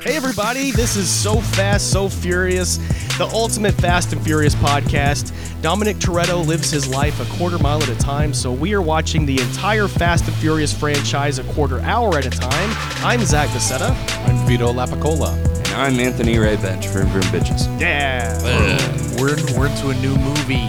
Hey, everybody, this is So Fast, So Furious, the ultimate Fast and Furious podcast. Dominic Toretto lives his life a quarter mile at a time, so we are watching the entire Fast and Furious franchise a quarter hour at a time. I'm Zach Vicetta. I'm Vito Lapicola. And I'm Anthony Raybench from Vroom Bitches. Yeah. We're, we're into a new movie.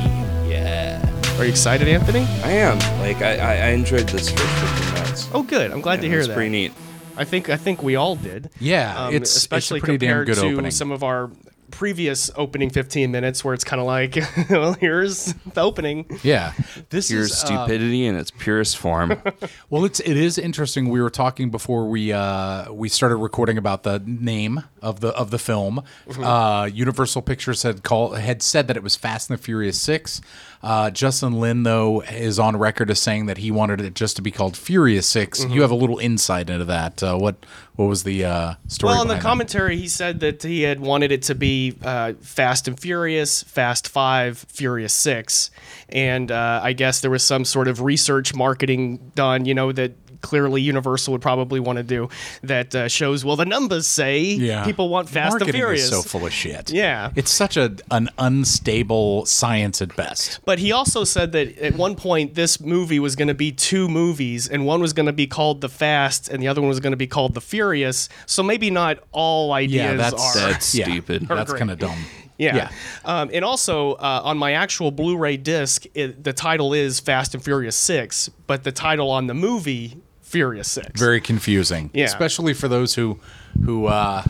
Are you excited, Anthony? I am. Like, I, I, I enjoyed this first 15 minutes. Oh, good. I'm glad to hear It's that. pretty neat. I think I think we all did. Um, Yeah, it's- it's a especially pretty damn compared good to opening. some of our previous opening 15 minutes where it's kind of like, well, here's the opening. Yeah. This Pure is uh, stupidity in its purest form. Well, it's it is interesting. We were talking before we uh, we started recording about the name of the of the film. Uh, Universal Pictures had call had said that it was Fast and the Furious Six. Uh, Justin Lin though is on record as saying that he wanted it just to be called Furious 6 You have a little insight into that. Uh, what what was the uh, story? Well, in the behind that? commentary, he said that he had wanted it to be uh, Fast and Furious, Fast Five, Furious Six, and uh, I guess there was some sort of research marketing done, you know, that clearly Universal would probably want to do that uh, shows. Well, the numbers say people want Fast Marketing and Furious. Is so full of shit. Yeah. it's such a an unstable science at best. But he also said that at one point this movie was going to be two movies, and one was going to be called The Fast, and the other one was going to be called The Furious. So maybe not all ideas Yeah, that's are. That's yeah, stupid. That's Great. kind of dumb. yeah. Um, and also uh, on my actual Blu-ray disc, it, the title is Fast and Furious Six, but the title on the movie Furious Six. very confusing. Yeah. especially for those who who uh,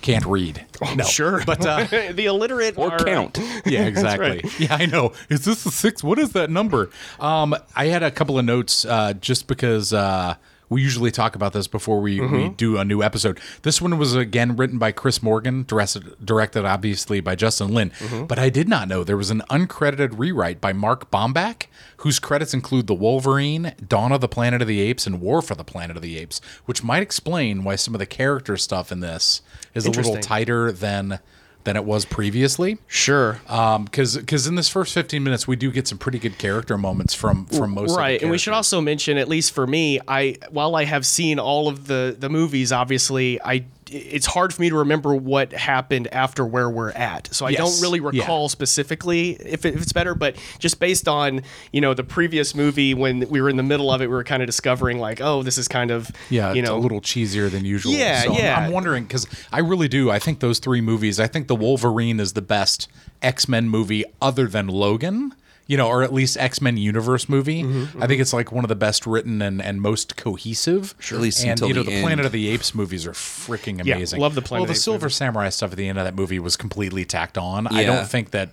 can't read. Oh, No. sure, but uh, the illiterate or are, uh, count. yeah, exactly. Yeah, I know. Is this the sixth? What is that number? Um, I had a couple of notes uh, just because uh, we usually talk about this before we, we do a new episode. This one was again written by Chris Morgan, directed, directed obviously by Justin Lin. But I did not know there was an uncredited rewrite by Mark Bomback, whose credits include The Wolverine, Dawn of the Planet of the Apes, and War for the Planet of the Apes, which might explain why some of the character stuff in this is a little Interesting. tighter than than it was previously Sure. um because because in this first 15 minutes we do get some pretty good character moments from from most of right the and we should characters. also mention at least for me i while i have seen all of the the movies obviously i it's hard for me to remember what happened after where we're at so i Yes, don't really yeah. recall specifically if, it, if it's better but just based on you know the previous movie when we were in the middle of it we were kind of discovering like oh this is kind of yeah you it's know a little cheesier than usual Yeah, so I'm- yeah. i'm, wondering because i really do i think those three movies i think the wolverine is the best x-men movie other than logan you know or at least x-men universe movie i think it's like one of the best written and and most cohesive Sure. At least and until you know the the end. planet of the apes movies are freaking Yeah, amazing love the Planet well of the the Apes silver samurai stuff at the end of that movie was completely tacked on i Yeah. don't think that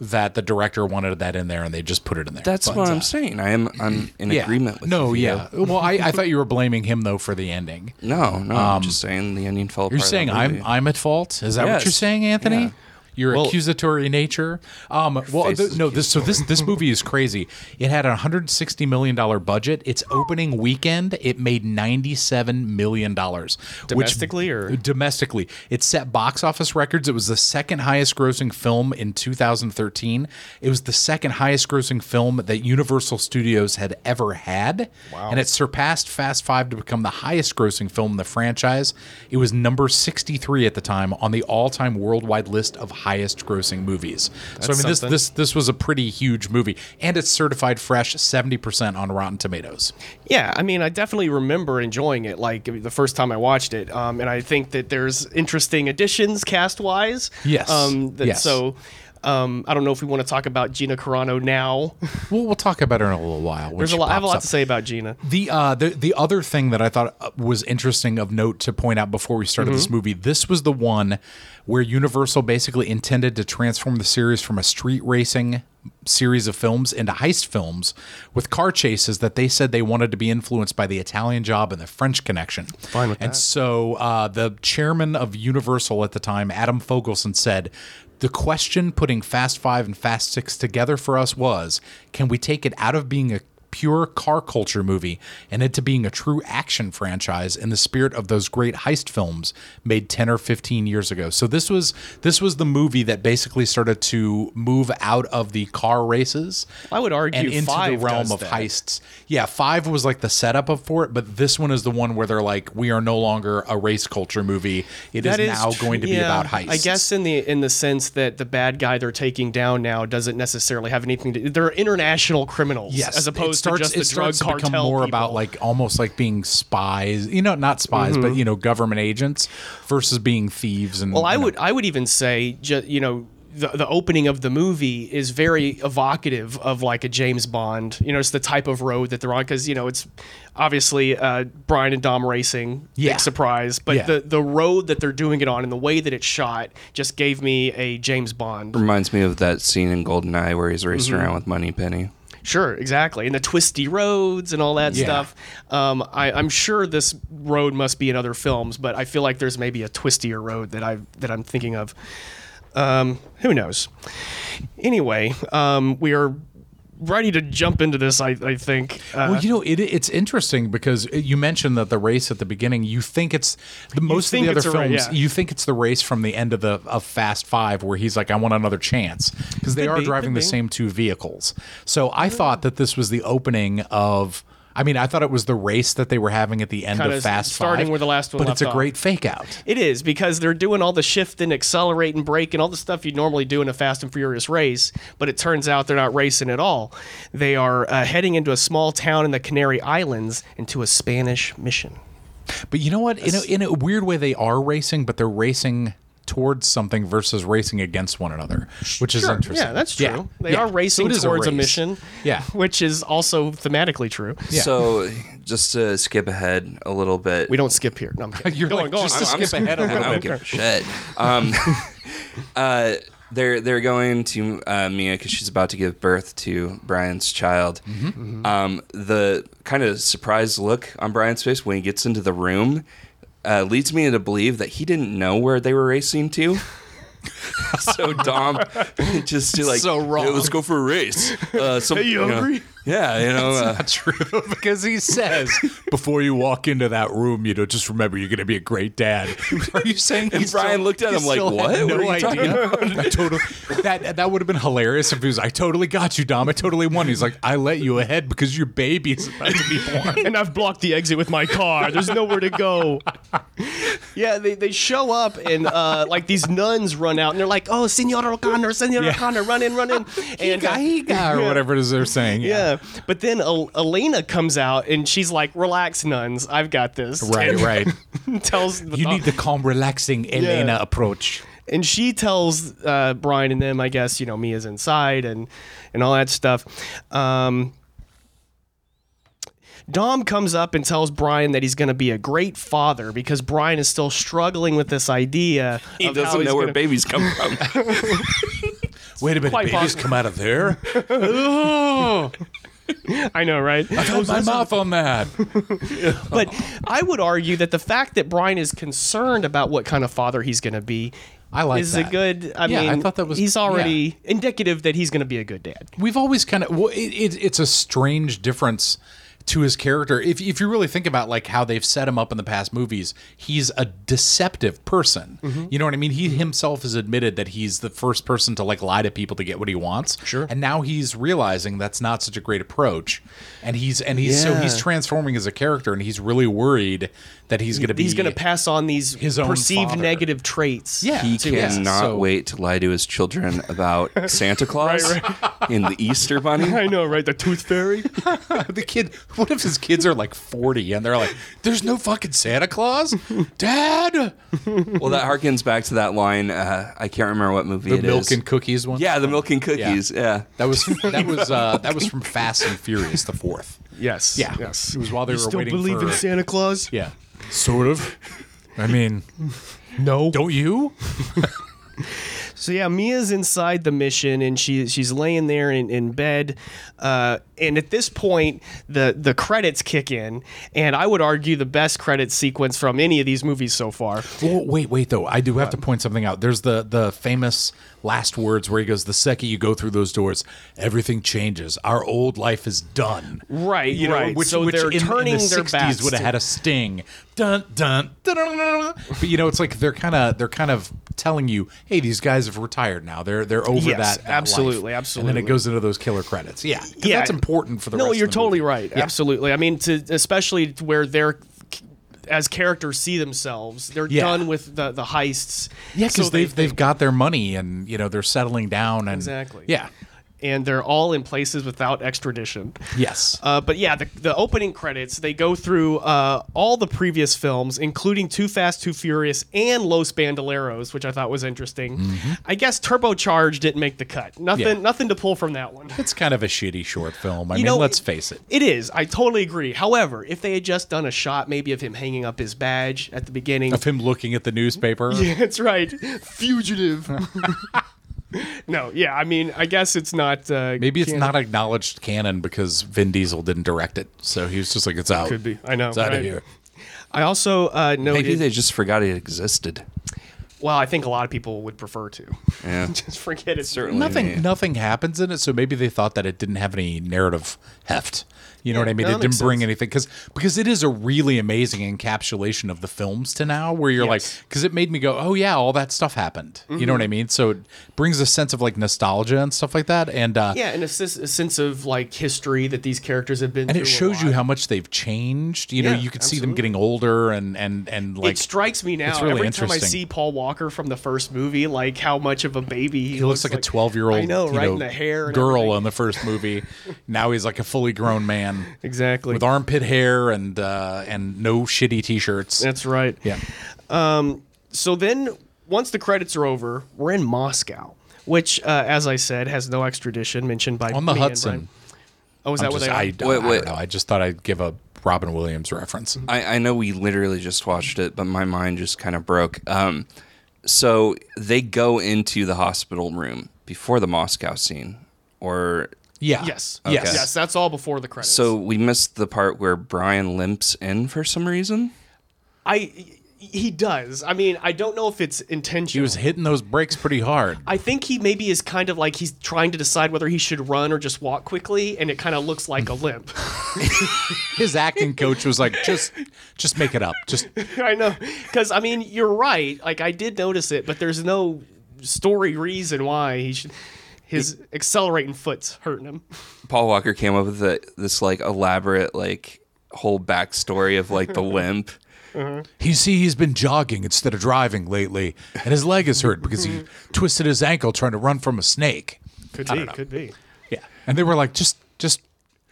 that the director wanted that in there and they just put it in there. That's But, what uh, I'm saying. I am I'm in yeah. agreement with No, you. yeah. Well, I, I thought you were blaming him though for the ending. No, no. I'm just saying the onion fell apart. You're saying I'm I'm at fault? Is that what Yes. you're saying, Anthony? Yeah. Your Well- accusatory nature. Um, well, face th- is no. This so this this movie is crazy. It had a 160 million dollar budget. Its opening weekend, it made 97 million dollars. Domestically or- domestically, it set box office records. It was the second highest grossing film in 2013. It was the second highest grossing film that Universal Studios had ever had. Wow. And it surpassed Fast Five to become the highest grossing film in the franchise. It was number 63 at the time on the all time worldwide list of highest grossing movies. so, I mean, this, something. this, this was a pretty huge movie. And it's certified fresh 70% on Rotten Tomatoes. Yeah, I mean, I definitely remember enjoying it, like the first time I watched it, um, and I think that there's interesting additions cast wise. Yes, Um, that, yes. So, um, I don't know if we want to talk about Gina Carano now. We'll, we'll talk about it in a little while. when there's a she lot. I have a pops lot up. to say about Gina. The uh the the other thing that I thought uh, was interesting of note to point out before we started this movie, this was the one where Universal basically intended to transform the series from a street racing series of films into heist films with car chases that they said they wanted to be influenced by the Italian job and the French connection. Fine with and so uh, the chairman of Universal at the time, Adam Fogelson, said the question putting Fast Five and Fast Six together for us was, can we take it out of being a pure car culture movie and into being a true action franchise in the spirit of those great heist films made 10 or 15 years ago. So this was this was the movie that basically started to move out of the car races I would argue and into the five realm does of that. heists. Yeah, five was like the setup of for it, but this one is the one where they're like, we are no longer a race culture movie. It is That is now tr- going to be yeah, about heists. I guess in the in the sense that the bad guy they're taking down now doesn't necessarily have anything to. They're international criminals, Yes, as opposed starts- to just the it drug starts to cartel. become more people. about like almost like being spies, you know, not spies, but you know, government agents versus being thieves. And Mm-hmm. Well, I you know, would I would even say ju- you know the, the opening of the movie is very evocative of like a James Bond. You know, it's the type of road that they're on because you know it's obviously uh, Brian and Dom racing. Yeah. Big surprise, but Yeah. the the road that they're doing it on and the way that it's shot just gave me a James Bond. Reminds me of that scene in GoldenEye where he's racing around with Money Penny. Sure, exactly, and the twisty roads and all that Yeah. stuff. Um, I, I'm sure this road must be in other films, but I feel like there's maybe a twistier road that I that I'm thinking of. Um, who knows? Anyway, um, we are ready to jump into this. I, I think. Uh, Well, you know, it, it's interesting because you mentioned that the race at the beginning, you think it's the most of think the other it's a ra- films, yeah. you think it's the race from the end of the of Fast Five where he's like, I want another chance because they Could are be, driving could be. the Mm. same two vehicles. So I thought that this was the opening of. I mean, I thought it was the race that they were having at the end Kinda of Fast starting Five, where the last one But left it's a off. great fake out. It is because they're doing all the shift and accelerate and brake and all the stuff you'd normally do in a fast and furious race, but it turns out they're not racing at all. They are uh, heading into a small town in the Canary Islands into a Spanish mission. But you know what? In a, in a weird way, they are racing, but they're racing towards something versus racing against one another, which is Sure. interesting. Yeah, that's true. Yeah. They Yeah. are So racing it is towards a, race. mission. Yeah. Which is also thematically true. Yeah. So, just to skip ahead a little bit, We don't skip here. No, I'm kidding. You're go like, on, go on. just to I'm- skip ahead a I little don't bit. give a shit. Um, uh, they're they're going to uh, Mia because she's about to give birth to Brian's child. Mm-hmm. Um, the kind of surprised look on Brian's face when he gets into the room uh, leads me to believe that he didn't know where they were racing to. so Dom just to like So wrong. "Hey, let's go for a race. Uh, some, you know, hungry? yeah, you know. uh, Not true because he says before you walk into that room, you know, just remember you're going to be a great dad. Are you saying? And he Brian still- looked at he him like, still had "What? What No are you talking idea. I totally. That that would have been hilarious if he was. I totally got you, Dom. I totally won. He's like, I let you ahead because your baby's about to be born. and I've blocked the exit with my car. There's nowhere to go. yeah, they, they show up and uh, like these nuns run out and they're like, "Oh, Senor O'Connor, Senor O'Connor, run in, run in!" And uh, Higa, or whatever it is they're saying. yeah, but then El- Elena comes out and she's like, "Relax, nuns, I've got this." Right, right. And tells the, You need the calm, relaxing Elena approach. and she tells uh, Brian and them, I guess, you know, Mia's inside and and all that stuff. Um, Dom comes up and tells Brian that he's going to be a great father because Brian is still struggling with this idea. He of how doesn't he's know where gonna- babies come from. Wait a minute, Quite babies possible. come out of there? I know, right? Close my mouth on that. but I would argue that the fact that Brian is concerned about what kind of father he's going to be. I like is a that. good. I Yeah, I mean, thought that was- he's already indicative that he's going to be a good dad. We've always kind of, well, it, it, it's a strange difference to his character. If, if you really think about like how they've set him up in the past movies, he's a deceptive person. You know what I mean? He himself has admitted that he's the first person to like lie to people to get what he wants. Sure. And now he's realizing that's not such a great approach. And he's, and he's, so he's Yeah. transforming as a character and he's really worried that he's going to be, He's going to pass on these his own perceived father. negative traits. Yeah. He to- cannot so- wait to lie to his children about Santa Claus and the Easter Bunny. I know, right? The tooth fairy. the kid what if his kids are like 40 and they're like there's no fucking santa claus dad Well, that harkens back to that line. Uh, I can't remember what movie it the is. milk and cookies one yeah, the milk and cookies. Yeah. that was that was uh that was from fast and furious the fourth Yes. yeah Yes. it was while they were waiting for Santa Claus? yeah sort of i mean No. don't you So yeah, Mia's inside the mission and she she's laying there in, in bed. Uh, and at this point, the the credits kick in, and I would argue the best credit sequence from any of these movies so far. Well, wait, wait though. I do have to point something out. There's the the famous last words where he goes, "The second you go through those doors, everything changes. Our old life is done." Right, You know, right. Which, So which they're in, in turning the their 60s backs would have to- had a sting. Dun dun. dun, dun, dun, dun, dun. But you know, it's like they're kind of they're kind of telling you, "Hey, these guys have retired now. They're they're over Yes, that." that life." absolutely, And then absolutely. it goes into those killer credits. Yeah, 'cause Yeah. That's important for the. no, rest of you're the totally movie. right. Absolutely. I mean, to especially to where they're as characters see themselves, they're Yeah. done with the the heists. Yeah, because So they- they've they've got their money and you know they're settling down and Exactly. Yeah. and they're all in places without extradition. Yes. Uh, but yeah, the, the opening credits, they go through uh, all the previous films, including Too Fast, Too Furious, and Los Bandoleros, which I thought was interesting. I guess Turbocharge didn't make the cut. Nothing, Mm-hmm. Yeah. nothing to pull from that one. it's kind of a shitty short film. I You mean, know, let's it- face it. It is. I totally agree. However, if they had just done a shot maybe of him hanging up his badge at the beginning. Of him looking at the newspaper. That's right. Fugitive. no, yeah, I mean, I guess it's not. Uh, Maybe it's canon. not acknowledged canon because Vin Diesel didn't direct it, so he was just like, "It's out." Could be. I know. It's out right? of here. I also uh, Oh, noted. Maybe they just forgot it existed. Well, I think a lot of people would prefer to Yeah. just forget it. Certainly. Nothing. Yeah. Nothing happens in it, so maybe they thought that it didn't have any narrative heft. You know what I mean? no, It that didn't makes bring sense. anything because because it is a really amazing encapsulation of the films to now, where you're Yes. Mm-hmm. like, because it made me go, "Oh yeah, all that stuff happened." You know what I mean? So it brings a sense of like nostalgia and stuff like that, and uh, Yeah, and a, sis- a sense of like history that these characters have been. and through it a shows you lot. how much they've changed. You know, Yeah, you could see them absolutely. getting older and and and like it strikes me now it's really every time I interesting. see Paul Walker from the first movie, like how much of a baby he, He looks like a 12 year old I know, you right? in the hair, and girl everything. in the first movie. now he's like a fully grown man exactly. with armpit hair and uh, and no shitty t shirts. That's right. Yeah. So then, once the credits are over, we're in Moscow, which, uh, as I said, has no extradition mentioned by On the me and Hudson. Brian. Oh, is that I'm what just, they are? I, I, Wait, I wait. don't know. I just thought I'd give a Robin Williams reference. Mm-hmm. I, I know we literally just watched it, but my mind just kind of broke. Um, so they go into the hospital room before the Moscow scene, or Yeah. Yes. Yes. Yes. Yes. That's all before the credits. so we missed the part where Brian limps in for some reason. I he does. I mean, I don't know if it's He intentional. was hitting those brakes pretty hard. I think he maybe is kind of like he's trying to decide whether he should run or just walk quickly, and it kind of looks like a limp. His acting coach was like, just just make it up. Just I know, because I mean, you're right. Like I did notice it, but there's no story reason why he should. His accelerating foot's hurting him. Paul Walker came up with the, this like elaborate like whole backstory of like the limp. You see, he's been jogging instead of driving lately, and his leg is hurt because he twisted his ankle trying to run from a snake. Could be. Could be. Yeah. And they were like, just, just,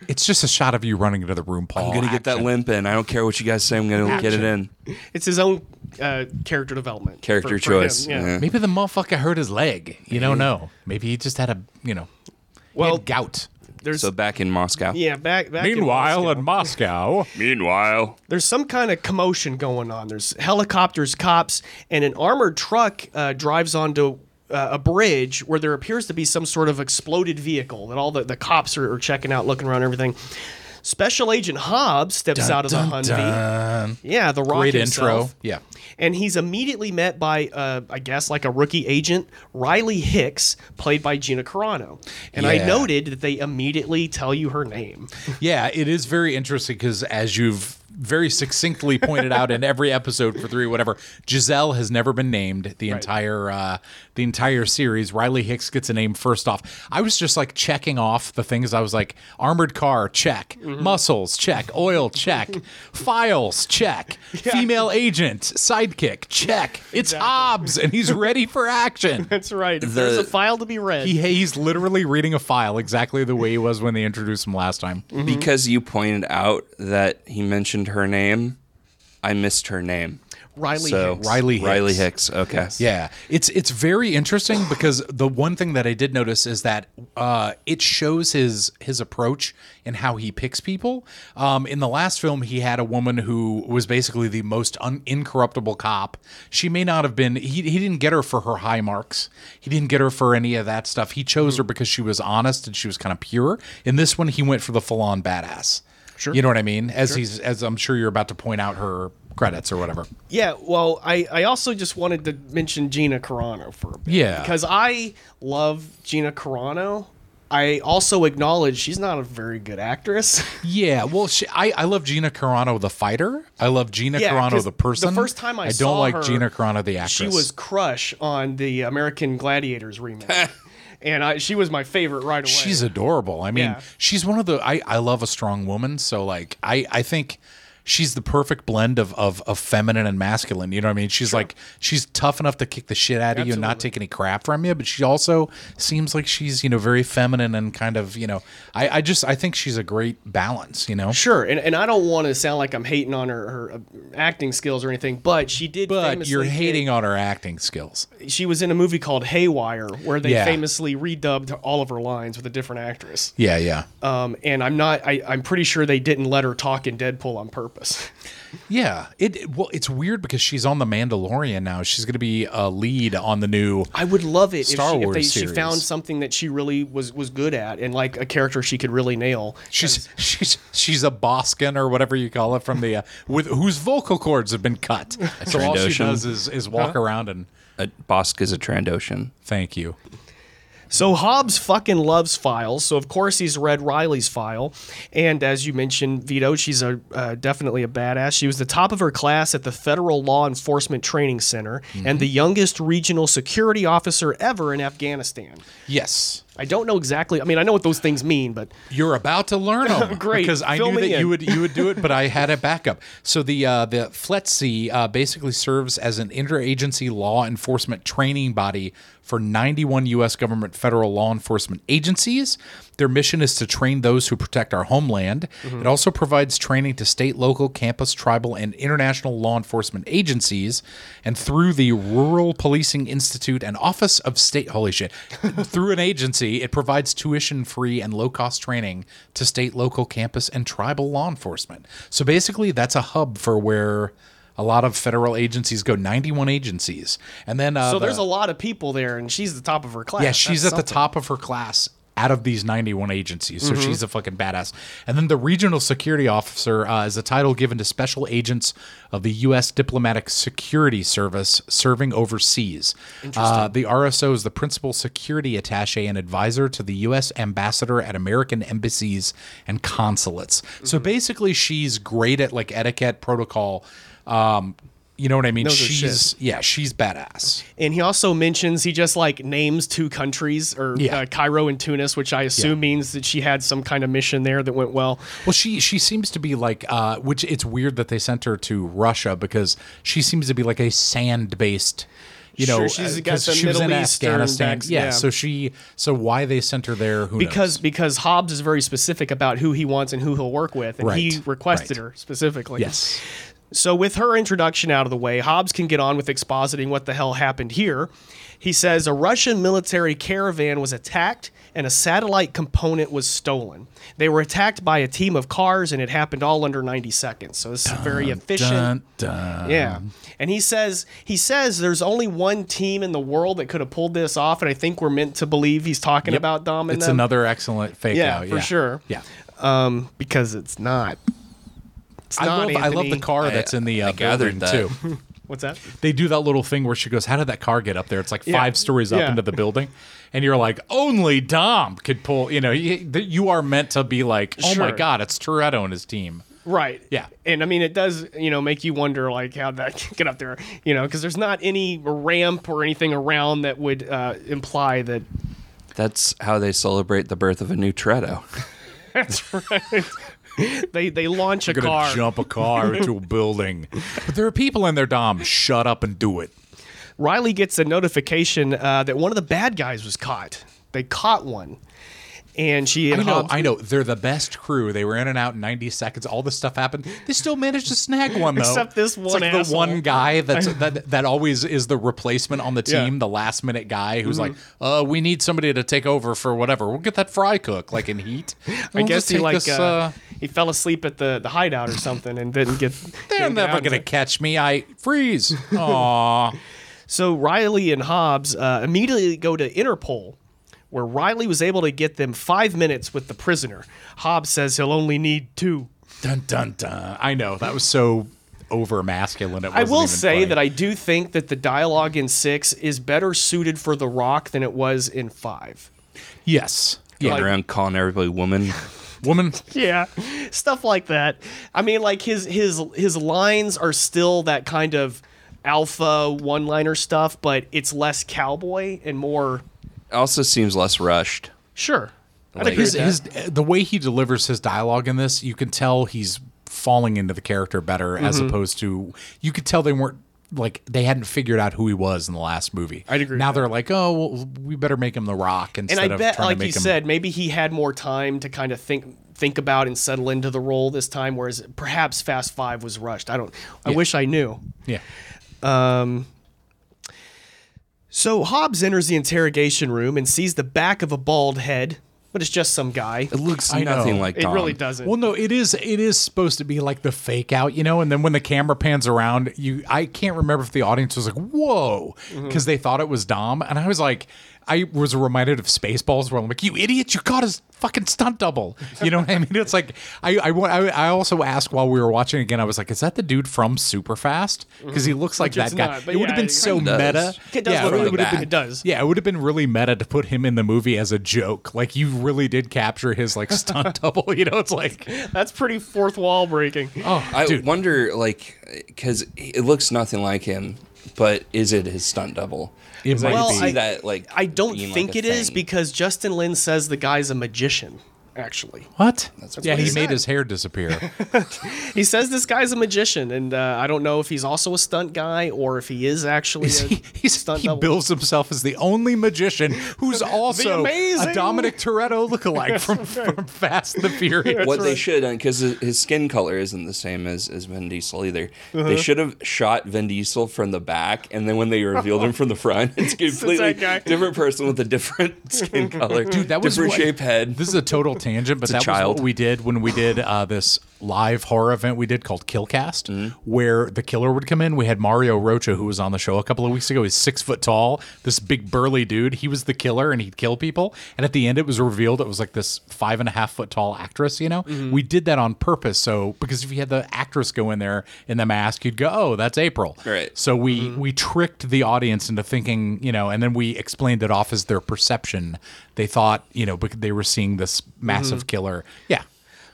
it's just a shot of you running into the room, Paul. I'm gonna get that Action. limp in. I don't care what you guys say. I'm gonna get it in. It's his own uh, character development. Character for- for him, choice. yeah. yeah. Maybe the motherfucker hurt his leg. You don't know. Maybe he just had a, you know, well, Well, gout. There's So back in Moscow. yeah. Back back. in Moscow. in Moscow, Meanwhile, there's some kind of commotion going on. There's helicopters, cops, and an armored truck uh, drives onto uh, a bridge where there appears to be some sort of exploded vehicle that all the, the cops are, are checking out, looking around, everything. Special Agent Hobbs steps out of the Humvee. Yeah, the rock Great himself. intro. Yeah. And he's immediately met by, uh, I guess, like a rookie agent, Riley Hicks, played by Gina Carano. And I Yeah. noted that they immediately tell you her name. Yeah, it is very interesting because as you've very succinctly pointed out in every episode for three, whatever, Giselle has never been named the entire uh, the entire series. Riley Hicks gets a name first off. I was just like checking off the things. I was like armored car check, muscles check, oil check, files check, female agent sidekick check. It's Hobbs, and he's ready for action. That's right. If there's The- a file to be read. He, he's literally reading a file exactly the way he was when they introduced him last time. because you pointed out that he mentioned her name, I missed her name. Riley so Hicks. Riley Hicks. Riley Hicks. Okay. Yeah, it's it's very interesting because the one thing that I did notice is that uh, it shows his his approach and how he picks people. Um, in the last film, he had a woman who was basically the most un- incorruptible cop. She may not have been. He he didn't get her for her high marks. He didn't get her for any of that stuff. He chose her because she was honest and she was kind of pure. In this one, he went for the full on badass. Sure. You know what I mean? As he's as I'm sure you're about to point out her credits or whatever. Yeah, well, I, I also just wanted to mention Gina Carano for a bit. Yeah. Because I love Gina Carano. I also acknowledge she's not a very good actress. Yeah, well, she, I I love Gina Carano the fighter. I love Gina Yeah, Carano 'cause the person. the first time I I don't saw like her, Gina Carano the actress. she was Crush on the American Gladiators remake. and I, she was my favorite right away. She's adorable. I mean, Yeah. she's one of the I, I love a strong woman, so like I I think she's the perfect blend of of, of feminine and masculine. You know what I mean? She's like she's tough enough to kick the shit out of you and not take any crap from you, but she also seems like she's, you know, very feminine and kind of, you know, I, I just I think she's a great balance, you know. Sure, and, and I don't want to sound like I'm hating on her, her uh, acting skills or anything, but she did. But famously you're get- hating on her acting skills. she was in a movie called Haywire, where they Yeah. famously redubbed all of her lines with a different actress. Yeah, yeah. Um, and I'm not. I, I'm pretty sure they didn't let her talk in Deadpool on purpose. Yeah, it it- well, it's weird because she's on the Mandalorian now. She's going to be a lead on the new. I would love it Star if, she, Wars if they, she series. found something that she really was was good at and like a character she could really nail. She's she's she's a Boskin or whatever you call it from the uh, with whose vocal cords have been cut. So all she Trandoshan. does is is walk around and A Bosk is a Trandoshan. thank you. So Hobbs fucking loves files. So of course he's read Riley's file, and as you mentioned, Vito, she's a uh, definitely a badass. She was the top of her class at the Federal Law Enforcement Training Center and the Mm-hmm. youngest regional security officer ever in Afghanistan. Yes, I don't know exactly. I mean, I know what those things mean, but you're about to learn them. Great, because I fill knew me that in. you would you would do it, but I had a backup. So the uh, the FLETC uh, basically serves as an interagency law enforcement training body for 91 U.S. government federal law enforcement agencies. Their mission is to train those who protect our homeland. Mm-hmm. It also provides training to state, local, campus, tribal, and international law enforcement agencies, and through the Rural Policing Institute and Office of State. Holy shit! through an agency, it provides tuition-free and low-cost training to state, local, campus, and tribal law enforcement. So basically, that's a hub for where a lot of federal agencies go. Ninety-one agencies, and then uh, so the- there's a lot of people there, and she's the top of her class. yeah, she's at the top of her class out of these 91 agencies. Mm-hmm. So she's a fucking badass. And then the regional security officer uh, is a title given to special agents of the U.S. Diplomatic Security Service serving overseas. Uh, the RSO is the principal security attache and advisor to the U.S. ambassador at American embassies and consulates. So Mm-hmm. basically, she's great at like etiquette protocol. Um, you know what I mean? her shit. She's yeah, she's badass. And he also mentions he just like names two countries or Yeah. uh, Cairo and Tunis, which I assume means that she had some kind of mission there that went well. Well, she she seems to be like, uh, which it's weird that they sent her to Russia because she seems to be like a sand based. You know, Sure, she's uh, got 'cause some she was in Middle Eastern Afghanistan. backs- yeah, yeah. so she, so why they sent her there? Who because because Hobbs is very specific about who he wants and who he'll work with, and he Right, requested right. her specifically. knows? yes, So with her introduction out of the way, Hobbs can get on with expositing what the hell happened here. He says a Russian military caravan was attacked and a satellite component was stolen. They were attacked by a team of cars and it happened all under 90 seconds. So this is very efficient. dun, dun. Yeah. And he says he says there's only one team in the world that could have pulled this off, and I think we're meant to believe he's talking about Dom and it's them another excellent fake Yeah, out. for sure. Yeah, um, because it's not. It's I not. love I love the Anthony. car that's in the I uh, gathered building too. What's that? they do that little thing where she goes, "How did that car get up there?" It's like Yeah. five stories up Yeah. into the building, and you're like, "Only Dom could pull." You know, you, that you are meant to be like, "Oh my Sure. god, it's Toretto and his team." Right. Yeah. And I mean, it does, you know, make you wonder, like, how'd that get up there? You know, because there's not any ramp or anything around that would uh, imply that. That's how they celebrate the birth of a new Tretto. They, they launch a You're gonna car. jump a car into a building, but there are people in there. Dom, shut up and do it. Riley gets a notification uh, that one of the bad guys was caught. They caught one. And she and I know, Hobbs- I know. They're the best crew. They were in and out in 90 seconds. All this stuff happened. They still managed to snag one though. Except this It's one like the asshole. one guy that's that that always is the replacement on the Yeah. Mm-hmm. team, the last minute guy who's like, "Uh, we need somebody to take over for whatever. We'll get that fry cook like in heat." I We'll guess just he take like this, uh, uh, he fell asleep at the, the hideout or something and didn't get. they're didn't get never out in gonna time. catch me. I freeze. Aw. So Riley and Hobbs uh, immediately go to Interpol, where Riley was able to get them five minutes with the prisoner. Hobbs says he'll only need two. Dun dun dun. I know that was so over masculine. It I wasn't will even say funny. that I do think that the dialogue in six is better suited for The Rock than it was in five. yes, yeah, Going around calling everybody woman. woman. yeah stuff like that i mean like his his his lines are still that kind of alpha one liner stuff but it's less cowboy and more also seems less rushed. sure I Like agree his, with that. his the way he delivers his dialogue in this, you can tell he's falling into the character better Mm-hmm. as opposed to you could tell they weren't like they hadn't figured out who he was in the last movie. I'd agree Now with they're like, oh, well, we better make him the Rock instead and i of bet trying like to you make him. said maybe he had more time to kind of think think about and settle into the role this time whereas perhaps fast five was rushed i don't i wish i knew yeah, so hobbs enters the interrogation room and sees the back of a bald head but it's just some guy It looks I know. nothing like it Dom. really doesn't Well, no, it is. It is supposed to be like the fake out, you know. And then when the camera pans around, you, I can't remember if the audience was like, "Whoa," Mm-hmm. because they thought it was Dom, and I was like, I was reminded of Spaceballs, where I'm like, "You idiot! You caught his fucking stunt double." You know what I mean? It's like I, I, wa- I, I also asked while we were watching again. I was like, "Is that the dude from Superfast?" Because he looks like Mm-hmm. Which it's that guy. not, but it would have yeah, been it so kinda meta. does. it does yeah, look it like would've that. been- it does yeah, it would have been really meta to put him in the movie as a joke. Like you really did capture his like stunt double. You know, it's like that's pretty fourth wall breaking oh, I dude, wonder, like, because it looks nothing like him, but is it his stunt double? it might Well, be. See I- that, like, I don't being, like, think a it is thing. because Justin Lin says the guy's a magician. Actually, what? yeah, what he he made said. his hair disappear. he says this guy's a magician, and uh, I don't know if he's also a stunt guy or if he is actually He's- a he, he's- stunt he double. bills himself as the only magician who's also a amazing- Dominic Toretto lookalike from, from Fast and the Furious. what they should, because his skin color isn't the same as, as Vin Diesel either. Uh-huh. They should have shot Vin Diesel from the back, and then when they revealed him from the front, it's completely guy. different person with a different skin color, dude. that was different what- shaped head. This is a total tangent, but a that was child. what we did when we did uh, this live horror event we did called Killcast, Mm-hmm. where the killer would come in. We had Mario Rocha, who was on the show a couple of weeks ago. He's six foot tall, this big burly dude. He was the killer, and he'd kill people. And at the end, it was revealed it was like this five and a half foot tall actress. You know, Mm-hmm. we did that on purpose, so because if you had the actress go in there in the mask, you'd go, "Oh, that's April." Right. So we Mm-hmm. we tricked the audience into thinking, you know, and then we explained it off as their perception. They thought, you know, because they were seeing this massive Mm-hmm. killer. Yeah.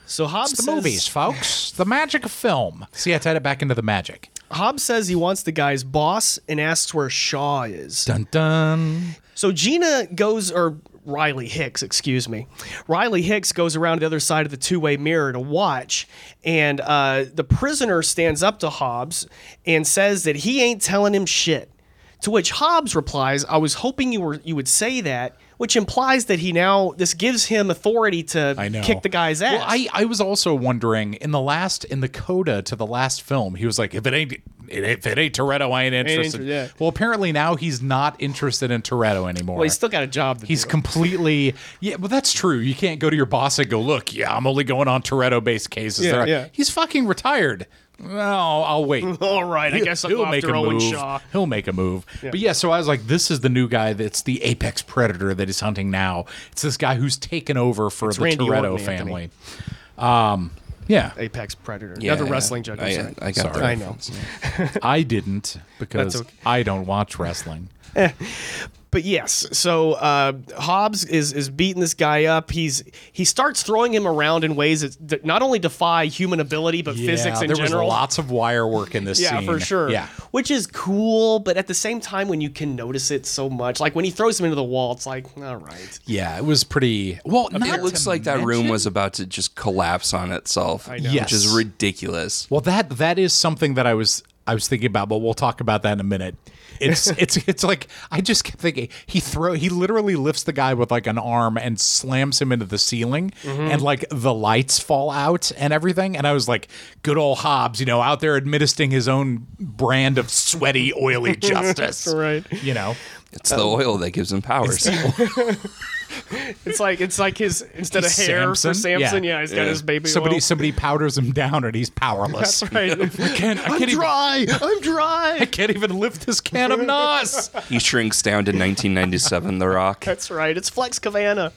So Hobbs It's the says, movies, folks. the magic of film. See, I tied it back into the magic. Hobbs says he wants the guy's boss and asks where Shaw is. Dun dun. So Gina goes, or Riley Hicks, excuse me. Riley Hicks goes around the other side of the two way mirror to watch, and uh, the prisoner stands up to Hobbs and says that he ain't telling him shit. To which Hobbs replies, "I was hoping you were you would say that." Which implies that he now this gives him authority to I know. kick the guy's ass. Well, I, I was also wondering in the last in the coda to the last film, he was like, if it ain't if it ain't Toretto, I ain't interested. inter- yeah. Well, apparently now he's not interested in Toretto anymore. well, he's still got a job to He's do. completely yeah, well that's true. You can't go to your boss and go, look, yeah, I'm only going on Toretto based cases. Yeah, They're like, yeah. He's fucking retired. No, I'll wait. All right, I guess I'm He'll off make to a Owen move. Shaw. He'll make a move. But yeah, so I was like, this is the new guy that's the apex predator that he's hunting now. It's this guy who's taken over for the Randy Toretto Orton, Anthony. family. Um, yeah, Apex Predator, Yeah, another yeah. wrestling joke. I'm I, sorry. I got Sorry. that. I know. I didn't because That's okay. I don't watch wrestling. but yes, so uh, Hobbs is is beating this guy up. He's he starts throwing him around in ways that that not only defy human ability but physics in there general. was lots of wire work in this yeah, scene. for sure. Yeah. which is cool, but at the same time, when you can notice it so much, like when he throws him into the wall, it's like, all right, Yeah, it was pretty well. not It looks to like that room mention- was about to just collapse on itself, know. Yes. which is ridiculous. Well, that that is something that I was I was thinking about, but we'll talk about that in a minute. It's it's it's like I just kept thinking he throw he literally lifts the guy with like an arm and slams him into the ceiling, Mm-hmm. and like the lights fall out and everything. And I was like, good old Hobbs, you know, out there administering his own brand of sweaty, oily justice, Right. You know, It's the oil that gives him powers. it's like it's like his instead He's of hair Samson? for Samson, Yeah. yeah, he's got his baby. somebody oil. somebody powders him down and he's powerless. That's right. I can't, I can't even. dry. I'm I dry. can't even lift this can of nos. he shrinks down to 1997 The Rock. That's right. It's Flex Cavana.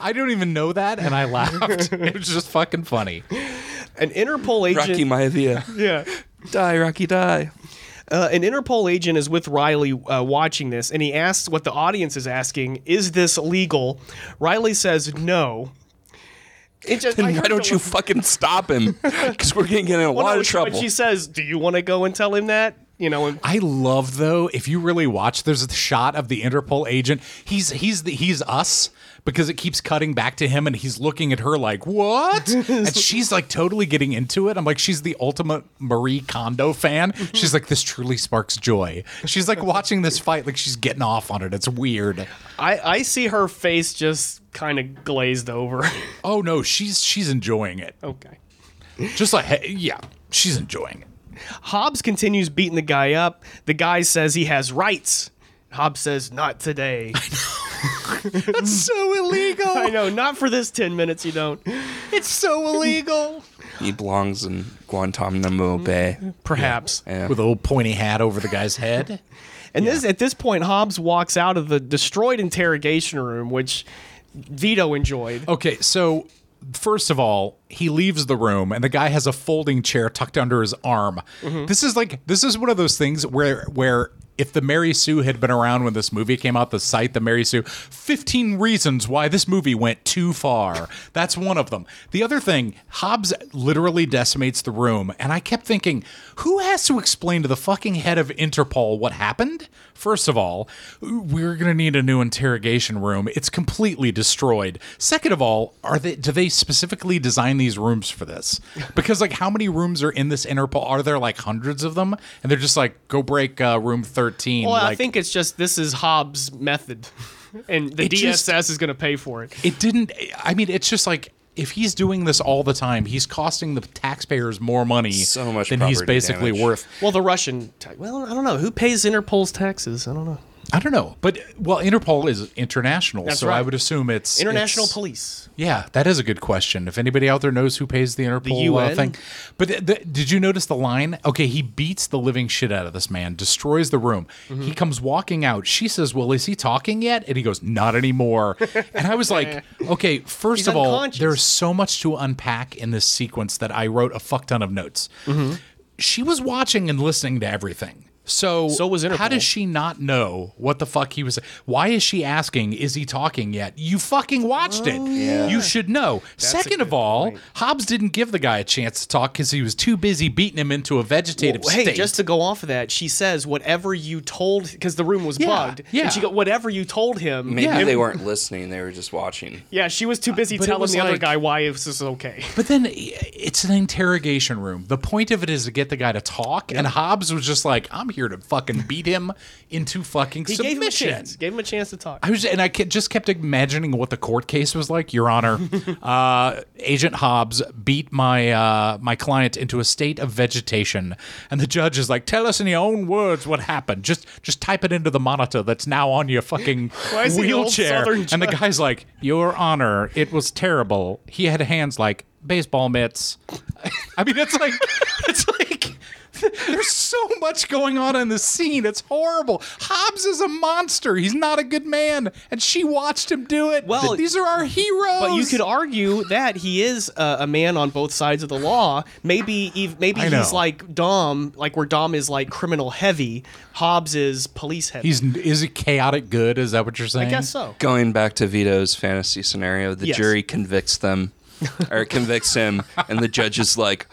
I don't even know that, and I laughed. it was just fucking funny. An Interpol agent. Rocky Maivia. yeah. die, Rocky, die. Uh, an Interpol agent is with Riley uh, watching this, and he asks what the audience is asking: "Is this legal?" Riley says, "No." It just, Then I why heard don't the- you fucking stop him? Because we're going to get in a Well, lot no, of she- trouble. But she says, "Do you want to go and tell him that?" You know, and I love though if you really watch. There's a shot of the Interpol agent. He's he's the, he's us because it keeps cutting back to him and he's looking at her like what? and she's like totally getting into it. I'm like she's the ultimate Marie Kondo fan. She's like this truly sparks joy. She's like watching this fight like she's getting off on it. It's weird. I, I see her face just kind of glazed over. Oh no, she's she's enjoying it. okay. Just like hey, yeah, she's enjoying it. Hobbs continues beating the guy up. The guy says he has rights. Hobbs says, "Not today." That's so illegal. I know, not for this ten minutes. You don't. It's so illegal. he belongs in Guantanamo Bay. Perhaps. Yeah. With a little pointy hat over the guy's head. And this at this point, Hobbs walks out of the destroyed interrogation room, which Vito enjoyed. Okay, so first of all, he leaves the room and the guy has a folding chair tucked under his arm. This is like this is one of those things where where if the Mary Sue had been around when this movie came out, the site the Mary Sue, 15 reasons why this movie went too far. That's one of them. The other thing, Hobbs literally decimates the room, and I kept thinking, who has to explain to the fucking head of Interpol what happened? First of all, we're going to need a new interrogation room. It's completely destroyed. Second of all, are they do they specifically design these rooms for this? Because like how many rooms are in this Interpol? Are there like hundreds of them? And they're just like go break uh, room 13 Well, like I think it's just this is Hobbs' method, and the It DSS just- is going to pay for it. it didn't I mean it's just like if he's doing this all the time, he's costing the taxpayers more money So much than he's property basically damage. worth. Well, the Russian. ta- well, I don't know who pays Interpol's taxes. I don't know. I don't know, but well, Interpol is international, That's so I right. would assume it's International it's- police. Yeah, that is a good question. If anybody out there knows who pays the Interpol uh, UN? thing, but th- th- did you notice the line? Okay, he beats the living shit out of this man, destroys the room. Mm-hmm. He comes walking out. She says, "Well, is he talking yet?" And he goes, "Not anymore." and I was like, "Okay, first He's of all, unconscious. there's so much to unpack in this sequence that I wrote a fuck ton of notes." Mm-hmm. She was watching and listening to everything. So, So was how Interpol. does she not know what the fuck he was? Why is she asking? Is he talking yet? You fucking watched Oh, it. You should know. Second of all, Hobbs didn't give the guy a chance to talk because he was too busy beating him into a vegetative hey, state. just to go off of that, she says whatever you told because the room was Yeah, bugged. yeah. And she got whatever you told him. Maybe Yeah. they weren't listening. They were just watching. Yeah, she was too busy But it telling was the other like- guy why it was okay. but then i- it's an interrogation room. The point of it is to get the guy to talk, and Hobbs was just like, "I'm here to fucking beat him into fucking He gave him a submission." chance. Gave him a chance to talk. I was, and I ke- just kept imagining what the court case was like, Your Honor. uh, Agent Hobbs beat my uh, my client into a state of vegetation, and the judge is like, "Tell us in your own words what happened. Just just type it into the monitor that's now on your fucking Why is he the old wheelchair." Southern and the guy's like, "Your Honor, it was terrible. He had hands like baseball mitts." I mean, it's like it's like. There's so much going on in this scene. It's horrible. Hobbs is a monster. He's not a good man, and she watched him do it. Well- these are our heroes. But you could argue that he is a, a man on both sides of the law. Maybe ev- maybe I he's know. like Dom, like where Dom is like criminal heavy, Hobbs is police heavy. He's is he chaotic good? Is that what you're saying? I guess so. Going back to Vito's fantasy scenario, the Yes. jury convicts them or convicts him, and the judge is like,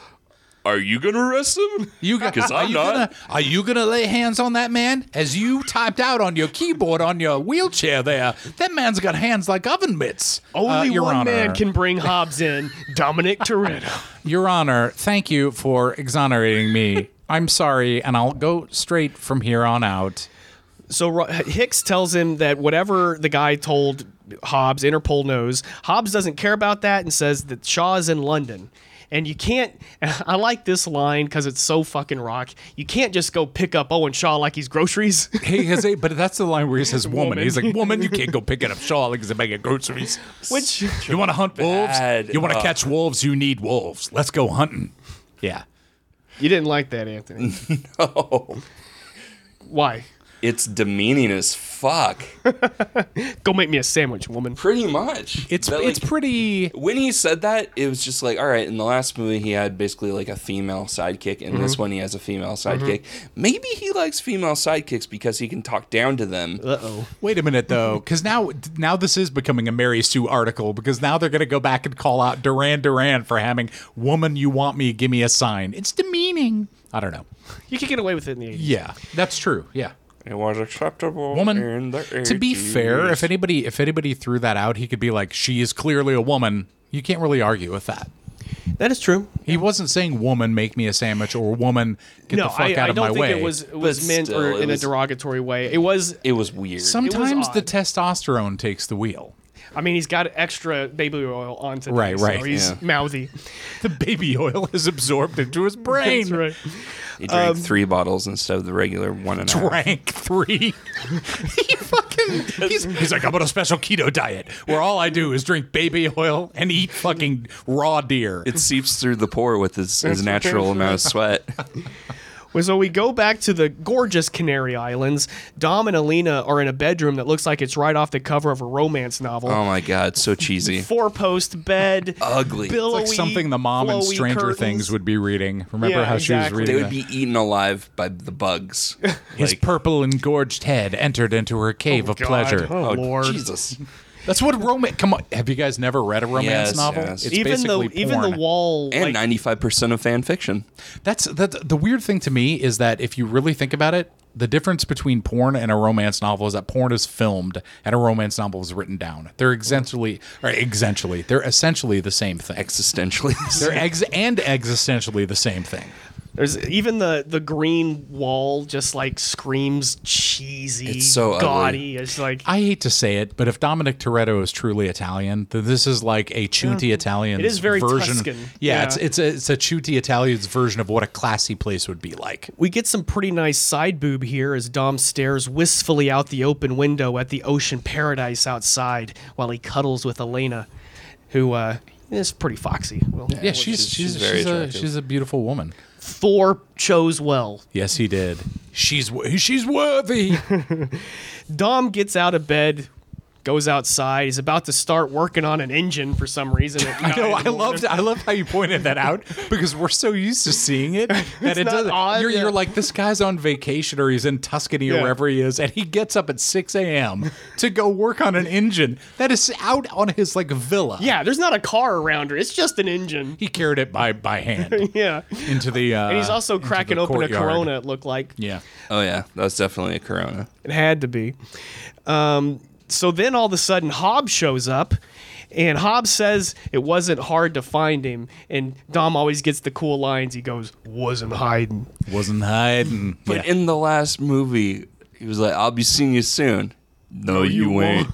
Are you going to arrest him? You got, Because are I'm you not. Gonna, are you gonna lay hands on that man? As you typed out on your keyboard on your wheelchair there, that man's got hands like oven mitts. Only Uh, Your one Honor. man can bring Hobbs in, Dominic Toretto. Your Honor, thank you for exonerating me. I'm sorry, and I'll go straight from here on out. So Ro- Hicks tells him that whatever the guy told Hobbs, Interpol knows. Hobbs doesn't care about that and says that Shaw is in London. And you can't. I like this line because it's so fucking rock. You can't just go pick up Owen Shaw like he's groceries. He has a, but that's the line where he says woman. Woman. He's like, woman, you can't go picking up Shaw like it's a bag of groceries. Which- you want to hunt wolves? Bad. You want to Oh. catch wolves? You need wolves. Let's go hunting. Yeah. You didn't like that, Anthony. no. Why? it's demeaning as fuck. Go make me a sandwich, woman. Pretty much. It's That, it's like, pretty. when he said that, it was just like, all right. In the last movie, he had basically like a female sidekick, and Mm-hmm. this one he has a female sidekick. Maybe he likes female sidekicks because he can talk down to them. Uh oh. Wait a minute though, because now now this is becoming a Mary Sue article because now they're gonna go back and call out Duran Duran for having "Woman, you want me? Give me a sign." It's demeaning. I don't know. You could get away with it in the 80s. Yeah, that's true. Yeah. It was acceptable. woman. To be fair, if anybody if anybody threw that out, he could be like, "She is clearly a woman." You can't really argue with that. That is true. He wasn't saying "woman, make me a sandwich" or "woman, get no, the fuck I, out I of don't my think way." it was it was But meant still, or it in was- a derogatory way. It was. it was weird. Sometimes the odd. testosterone takes the wheel. I mean, he's got extra baby oil on today, Right, right. So he's Yeah. mouthy. The baby oil is absorbed into his brain. That's right. he drank three bottles instead of the regular one and a half. um, Drank three. he fucking. He's, he's like, I'm on a special keto diet where all I do is drink baby oil and eat fucking raw deer. It seeps through the pore with his, his natural amount of sweat. Well, so we go back to the gorgeous Canary Islands. Dom and Alina are in a bedroom that looks like it's right off the cover of a romance novel. Oh my god, so cheesy. Four post bed. Ugly. It's like It's Billowy, like something the mom in flowy Stranger curtains. Things would be reading. Remember Yeah, how she was exactly. reading? They that? would be eaten alive by the bugs. His purple engorged head entered into her cave of God. pleasure. Oh, Oh, Lord. Jesus. That's what romance. Come on, have you guys never read a romance Yes, novel? yes. It's Even the basically even the porn. wall like, And 95% of fan fiction. That's that. The weird thing to me is that if you really think about it, the difference between porn and a romance novel is that porn is filmed and a romance novel is written down. They're essentially, or essentially, they're essentially the same thing. Existentially. They're ex and existentially the same thing. There's even the the green wall just like screams cheesy, It's so ugly. gaudy. It's like I hate to say it, but if Dominic Toretto is truly Italian, then this is like a Chunti Italian. Mm. It is very version. Tuscan. Yeah, Yeah. it's it's a it's a Chunti Italian's version of what a classy place would be like. we get some pretty nice side boob here as Dom stares wistfully out the open window at the ocean paradise outside while he cuddles with Elena, who uh, is pretty foxy. Well, Yeah, she's she's she's- she's, very a, attractive. she's a beautiful woman. Thor chose well. Yes, he did. She's wo- she's worthy. Dom gets out of bed. Goes outside. He's about to start working on an engine for some reason. at nine in no, the I morning. loved I love how you pointed that out because we're so used to seeing it that it not doesn't. odd, you're, yeah. you're like this guy's on vacation or he's in Tuscany or Yeah. wherever he is, and he gets up at 6 a.m. to go work on an engine that is out on his like villa. Yeah, there's not a car around her. It's just an engine. he carried it by by hand Yeah. into the. Uh, And he's also into the cracking open a courtyard. Corona. It looked like Yeah. oh, yeah. That's definitely a corona. it had to be. Um, so then all of a sudden Hobbs shows up, and Hobbs says it wasn't hard to find him. And Dom always gets the cool lines. He goes, "Wasn't hiding." Wasn't hiding. But Yeah. in the last movie, he was like, I'll be seeing you soon. No, you, you ain't.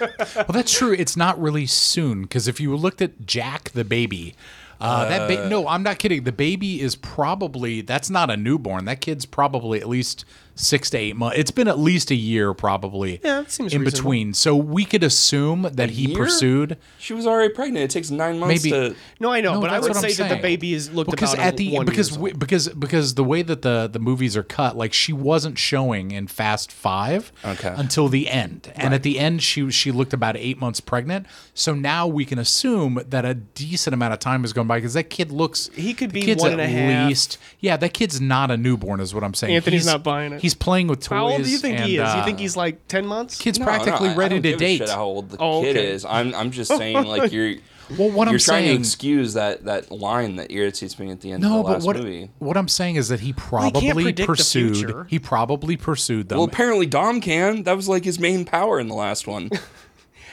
Well, that's true. It's not really soon because if you looked at Jack the baby, uh, that ba- no, I'm not kidding. The baby is probably that's not a newborn. That kid's probably at least six to eight months. It's been at least a year, probably. Yeah, that seems in reasonable. between. So we could assume that he year? pursued. She was already pregnant. It takes nine months Maybe- to. No, I know, No, but I that's would what say I'm that the saying. baby is looked because about at the one because years we, old. because because the way that the the movies are cut, like she wasn't showing in Fast Five Okay. until the end, and at the end she she looked about eight months pregnant. So now we can assume that a decent amount of time has gone by because that kid looks He could the be kid's one and at a half. least yeah that kid's not a newborn is what I'm saying. Anthony's not buying it. He's playing with toys. How old do you think he and, is? uh, you think he's like ten months? kid's No, no, practically I- I ready don't to give a date? shit how old the Oh, kid okay. is. I'm, I'm just saying, like, you're. Well, what you're I'm trying to saying- excuse that, that line that irritates me at the end No, of the but last what movie. what I'm saying is that he he can't probably predict the pursued future. he probably pursued them. Well, apparently Dom can. That was like his main power in the last one.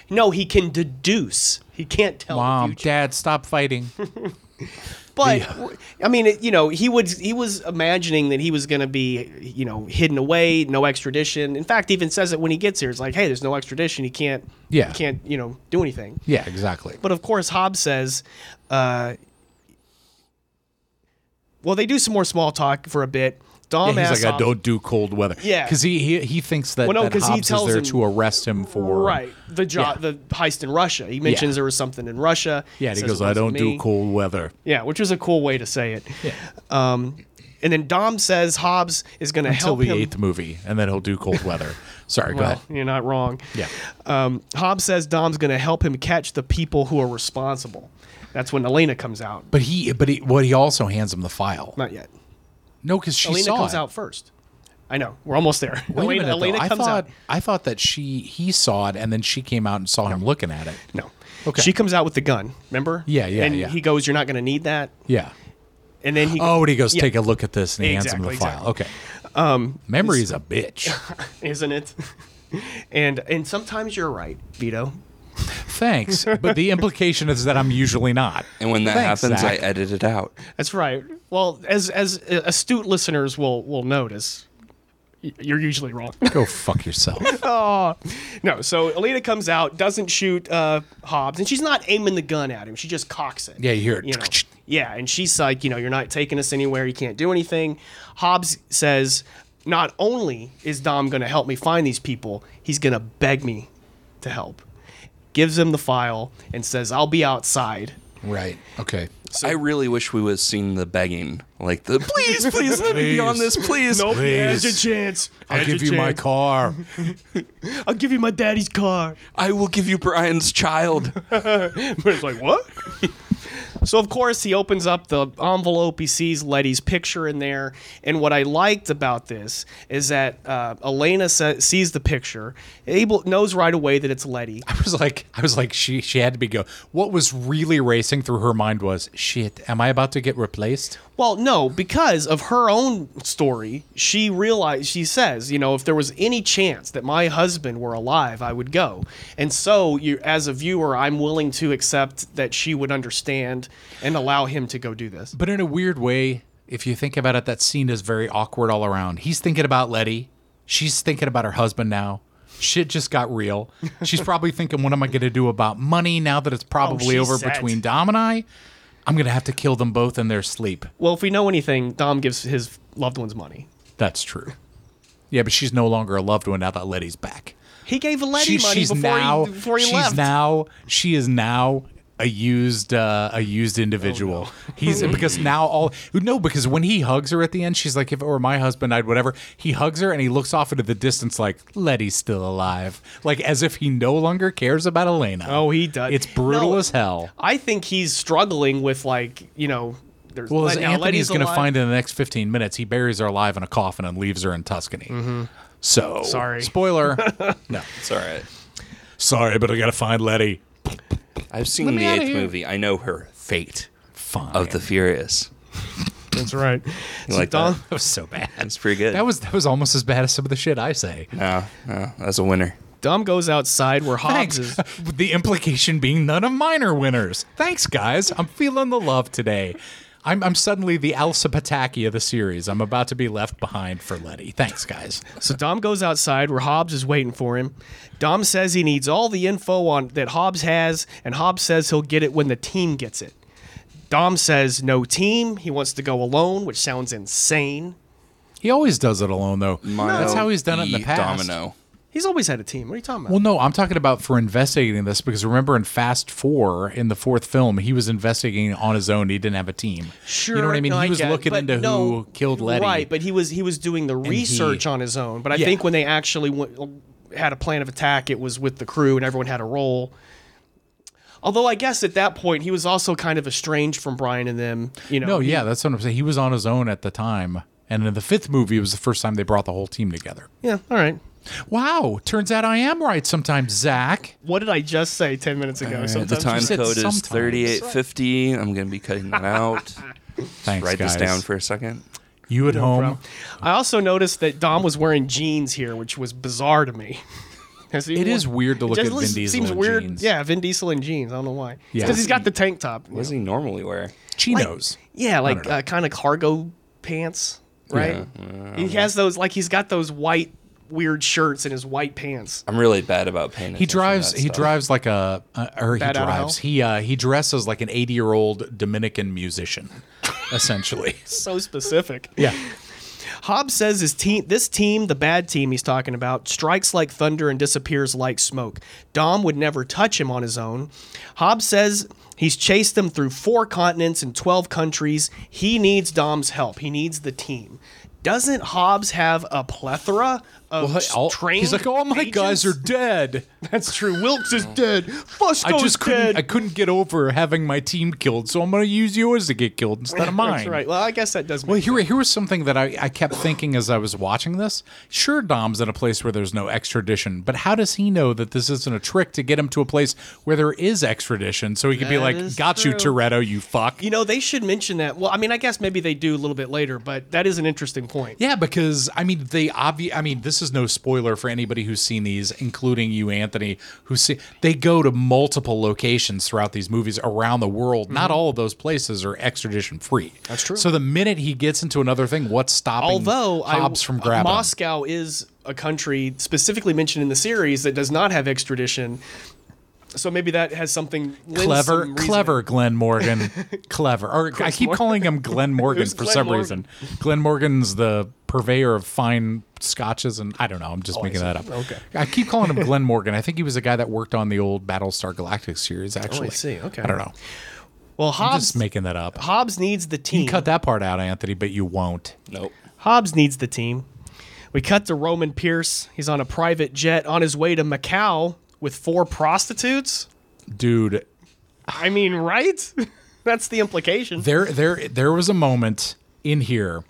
no, he can deduce. He can't tell. the Mom, future. Dad, stop fighting. But w- I mean, it- you know, he would he was imagining that he was going to be, you know, hidden away, no extradition. In fact, even says it when he gets here. It's like, hey, there's no extradition. He can't, Yeah. he can't, you know, do anything. yeah, exactly. But of course, Hobbes says, uh, well, they do some more small talk for a bit. Dom Yeah, he's asks like, I Hobbes- don't do cold weather. Yeah. because he, he he thinks that, Well, no, that 'cause he Hobbs is tells there him- to arrest him for Right, the jo- the heist in Russia. He mentions Yeah. there was something in Russia. Yeah, and he Says goes, it I wasn't don't do me." cold weather. Yeah, which is a cool way to say it. Yeah. Um, And then Dom says Hobbs is going to until help the him. eighth movie, and then he'll do cold weather. Sorry, go ahead. Well, you're not wrong. Yeah. Um, Hobbs says Dom's going to help him catch the people who are responsible. That's when Elena comes out. But he, but he, what he also hands him the file. Not yet. No, because she Elena saw comes it. out first. I know. We're almost there. Wait a Elena, minute, though. Elena I comes thought, out. I thought that she he saw it, and then she came out and saw him looking at it. No. Okay. She comes out with the gun. Remember? Yeah, yeah, And yeah. he goes, "You're not going to need that." Yeah. And then he. Oh, and he goes, Yeah. take a look at this, and he hands him the Exactly, file. Okay. Um, Memory is a bitch. isn't it? and and sometimes you're right, Vito. Thanks, but the implication is that I'm usually not. And when that Thanks, happens, Zach. I edit it out. That's right. Well, as as astute listeners will will notice, y- you're usually wrong. go fuck yourself. no, so Alita comes out, doesn't shoot uh, Hobbs, and she's not aiming the gun at him. She just cocks it. Yeah, you hear it. You know? Yeah, and she's like, you know, you're not taking us anywhere. You can't do anything. Hobbs says, not only is Dom going to help me find these people, he's going to beg me to help. Gives him the file and says, I'll be outside. right. Okay. I really wish we would have seen the begging, like the please, please let me be on this, please. Nope, has Please. a chance. I'll Has give a you my chance. car. I'll give you my daddy's car. I will give you Brian's child. But it's like, what? so, of course, he opens up the envelope. He sees Letty's picture in there. And what I liked about this is that uh, Elena se- sees the picture, able knows right away that it's Letty. I was like, I was like, she she had to be go. What was really racing through her mind was, shit, am I about to get replaced? Well, no, because of her own story, she realized, she says, you know, if there was any chance that my husband were alive, I would go. And so, you, as a viewer, I'm willing to accept that she would understand and allow him to go do this. But in a weird way, if you think about it, that scene is very awkward all around. He's thinking about Letty. She's thinking about her husband now. Shit just got real. She's probably thinking, what am I going to do about money now that it's probably Oh, she's over set. between Dom and I? I'm going to have to kill them both in their sleep. Well, if we know anything, Dom gives his loved ones money. That's true. Yeah, but she's no longer a loved one now that Letty's back. He gave Letty She- money before, he, before he she's left. now she is now a used uh, a used individual. Oh, He's because now all no because when he hugs her at the end, she's like, if it were my husband, I'd whatever. He hugs her and he looks off into the distance like Letty's still alive, like as if he no longer cares about Elena. Oh, he does. It's brutal No. as hell. I think he's struggling with like you know. There's Well, as now Anthony's Letty's going to alive. find in the next 15 minutes, he buries her alive in a coffin and leaves her in Tuscany. So Mm-hmm. Sorry. spoiler. no, It's all right. sorry, but I got to find Letty. I've seen me the outta eighth here. movie. I know her fate Fine. of the Furious. That's right. So like Dom, That was so bad. That's pretty good. That was that was almost as bad as some of the shit I say. no, no, that's a winner. Dom goes outside where Hobbs Thanks. is. Um, the implication being none of mine are winners. Thanks, guys. I'm feeling the love today. I'm, I'm suddenly the Elsa Pataki of the series. I'm about to be left behind for Letty. Thanks, guys. So Dom goes outside where Hobbs is waiting for him. Dom says he needs all the info on that Hobbs has, and Hobbs says he'll get it when the team gets it. Dom says no team. He wants to go alone, which sounds insane. He always does it alone, though. Mono That's how he's done it in the E past. Domino. He's always had a team. What are you talking about? Well, no, I'm talking about for investigating this because remember in Fast Four, in the fourth film, he was investigating on his own. He didn't have a team. Sure, You know what I mean? no, he was get it, looking but into no, who killed Letty. Right, but he was he was doing the research on his own. But I Yeah. think when they actually went, had a plan of attack, it was with the crew and everyone had a role. Although I guess at that point he was also kind of estranged from Brian and them. You know, No, he- Oh, yeah, that's what I'm saying. He was on his own at the time. And in the fifth movie, it was the first time they brought the whole team together. yeah. All right. Wow, turns out I am right sometimes, Zach. What did I just say ten minutes Uh, ago? The Sometimes time you said code is sometimes. 3850. I'm going to be cutting that out. Thanks, Write guys. this down for a second. you at home. I also noticed that Dom was wearing jeans here, which was bizarre to me. Has he It worn- is weird to look just at Vin Diesel seems in weird. jeans. Yeah, Vin Diesel in jeans. I don't know why. Yeah. because he's got the tank top. What does he normally wear? Chinos. Yeah, like don't know. uh, kind of cargo pants, right? he has those like he's got those white weird shirts and his white pants. I'm really bad about paying he drives. He drives like a, uh, or he Bat out of hell? drives. He uh, he dresses like an eighty-year-old Dominican musician, essentially. So specific. yeah, Hobbs says his team, this team, the bad team he's talking about, strikes like thunder and disappears like smoke. Dom would never touch him on his own. Hobbs says he's chased them through four continents and 12 countries. He needs Dom's help. He needs the team. Doesn't Hobbs have a plethora of Well, all- trained? he's like, "Oh, my guys are agents?" dead. That's true. Wilkes is dead. Fusco's Oh. I just couldn't. dead. I couldn't get over having my team killed, so I'm going to use yours to get killed instead of mine." That's right. Well, I guess that does. Make Well, here, here was something that I, I kept thinking as I was watching this. Sure, Dom's in a place where there's no extradition, but how does he know that this isn't a trick to get him to a place where there is extradition? So he could be That like, is "Got you, true. Toretto, you fuck." You know, they should mention that. Well, I mean, I guess maybe they do a little bit later, but that is an interesting point. Yeah, because I mean they obvi- I mean this is no spoiler for anybody who's seen these, including you, Anthony, who see they go to multiple locations throughout these movies around the world. Not all of those places are extradition free. That's Mm-hmm. true. So the minute he gets into another thing, what's stopping Although Hobbs I, from grabbing? him? Moscow is a country specifically mentioned in the series that does not have extradition. So maybe that has something lends clever, some reason. clever Glenn Morgan, clever. Or I keep calling him Glenn Morgan Who's for Glenn some Morgan? reason. Glenn Morgan's the purveyor of fine scotches, and I don't know. I'm just making that up. Oh, Okay. I keep calling him Glenn Morgan. I think he was a guy that worked on the old Battlestar Galactic series. Actually, Oh, see. Okay. I don't know. Well, I'm Hobbs just making that up. Hobbs needs the team. You cut that part out, Anthony, but you won't. Nope. Hobbs needs the team. We cut to Roman Pierce. He's on a private jet on his way to Macau with four prostitutes. Dude, I mean, right? That's the implication. There, there, there was a moment in here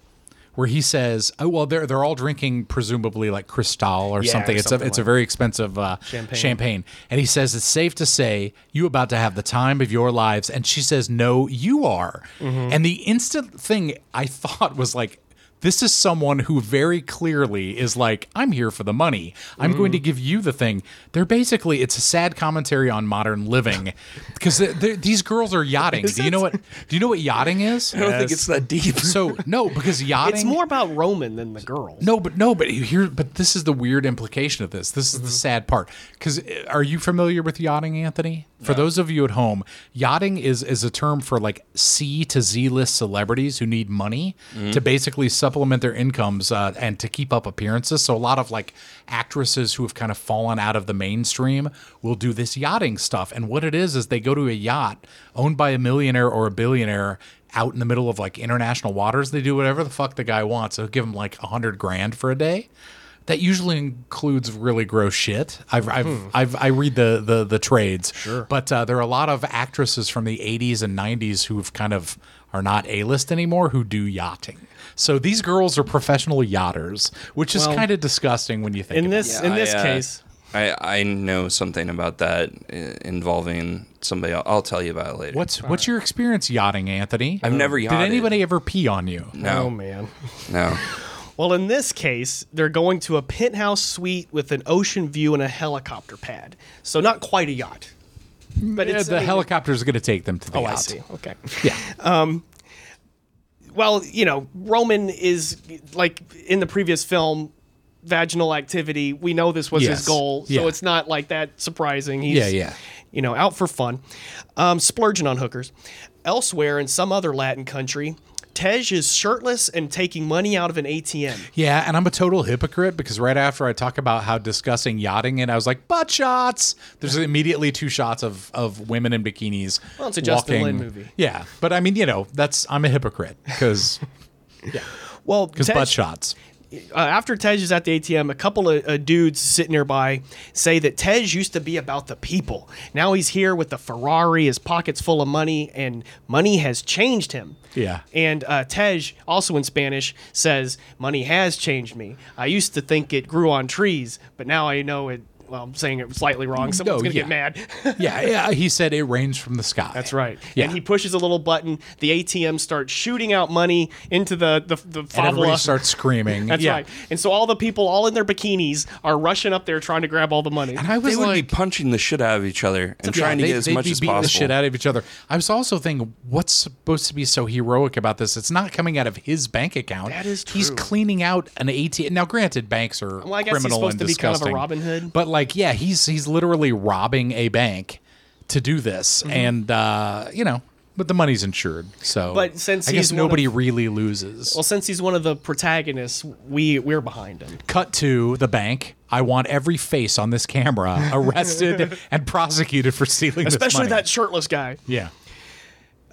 where he says, "Oh well, they're they're all drinking presumably like Cristal or Yeah, something. or it's something a it's a like very expensive uh, Champagne. champagne." And he says, "It's safe to say you about to have the time of your lives." And she says, "No, you are." Mm-hmm. And the instant thing I thought was like. This is someone who very clearly is like, I'm here for the money. I'm Mm-hmm. going to give you the thing. They're basically, it's a sad commentary on modern living because they're- they're- these girls are yachting. Do you know what? Do you know what yachting is? I don't think it's that deep. So no, because yachting. It's more about Roman than the girls. No, but no, but here, but this is the weird implication of this. This is the sad part. Because are you familiar with yachting, Anthony? For those of you at home, yachting is is a term for like C to Z list celebrities who need money to basically supplement their incomes uh, and to keep up appearances. So a lot of like actresses who have kind of fallen out of the mainstream will do this yachting stuff. And what it is is they go to a yacht owned by a millionaire or a billionaire out in the middle of like international waters. They do whatever the fuck the guy wants. They'll give him like a hundred grand for a day. That usually includes really gross shit. I've, I've, Hmm. I've I read the the the trades, sure. But uh, there are a lot of actresses from the '80s and '90s who've kind of are not A-list anymore who do yachting. So these girls are professional yachters, which is Well, kind of disgusting when you think. In about this in I, this uh, case, I, I know something about that uh, involving somebody. I'll, I'll tell you about it later. What's what's your experience yachting, Anthony? I've never Did yachted. anybody ever pee on you? oh No, man. no. Well, in this case, they're going to a penthouse suite with an ocean view and a helicopter pad. So not quite a yacht. But Yeah, it's the I mean- helicopter is going to take them to the Oh, yacht. I see. Okay. Yeah. Well, you know, Roman is like in the previous film vaginal activity. We know this was Yes. his goal, so Yeah. it's not like that surprising. He's Yeah, yeah. you know, out for fun, um, splurging on hookers. Elsewhere in some other Latin country, Tej is shirtless and taking money out of an ATM. Yeah, and I'm a total hypocrite because right after I talk about how discussing yachting and I was like, butt shots. There's immediately two shots of of women in bikinis. Well, it's a Justin walking. Lin movie. Yeah, but I mean, you know, that's I'm a hypocrite because Well, because Tej- butt shots. uh, after Tej is at the ATM, a couple of uh, dudes sitting nearby say that Tej used to be about the people. Now he's here with the Ferrari, his pockets full of money, and money has changed him. Yeah. And uh, Tej, also in Spanish, says, Money has changed me. I used to think it grew on trees, but now I know it. Well, I'm saying it slightly wrong. Someone's No, going to yeah. get mad. Yeah, yeah. He said it rains from the sky. That's right. Yeah. And he pushes a little button. The ATM starts shooting out money into the the the And everybody favela. starts screaming. That's Yeah. right. And so all the people, all in their bikinis, are rushing up there trying to grab all the money. And I was They would like, be punching the shit out of each other and Yeah, trying to they- get as they'd much be as beating possible. the shit out of each other. I was also thinking, what's supposed to be so heroic about this? It's not coming out of his bank account. That is He's true. cleaning out an ATM. Now, granted, banks are I guess he's criminal supposed and to be kind of a disgusting, Robin Hood. But like, yeah, Mm-hmm. he's he's literally robbing a bank to do this, and uh, you know, but the money's insured, so. But since I guess he's one of- nobody really loses. Well, since he's one of the protagonists, we we're behind him. Cut to the bank. I want every face on this camera arrested and prosecuted for stealing Especially this money. that shirtless guy. Uh, Yeah.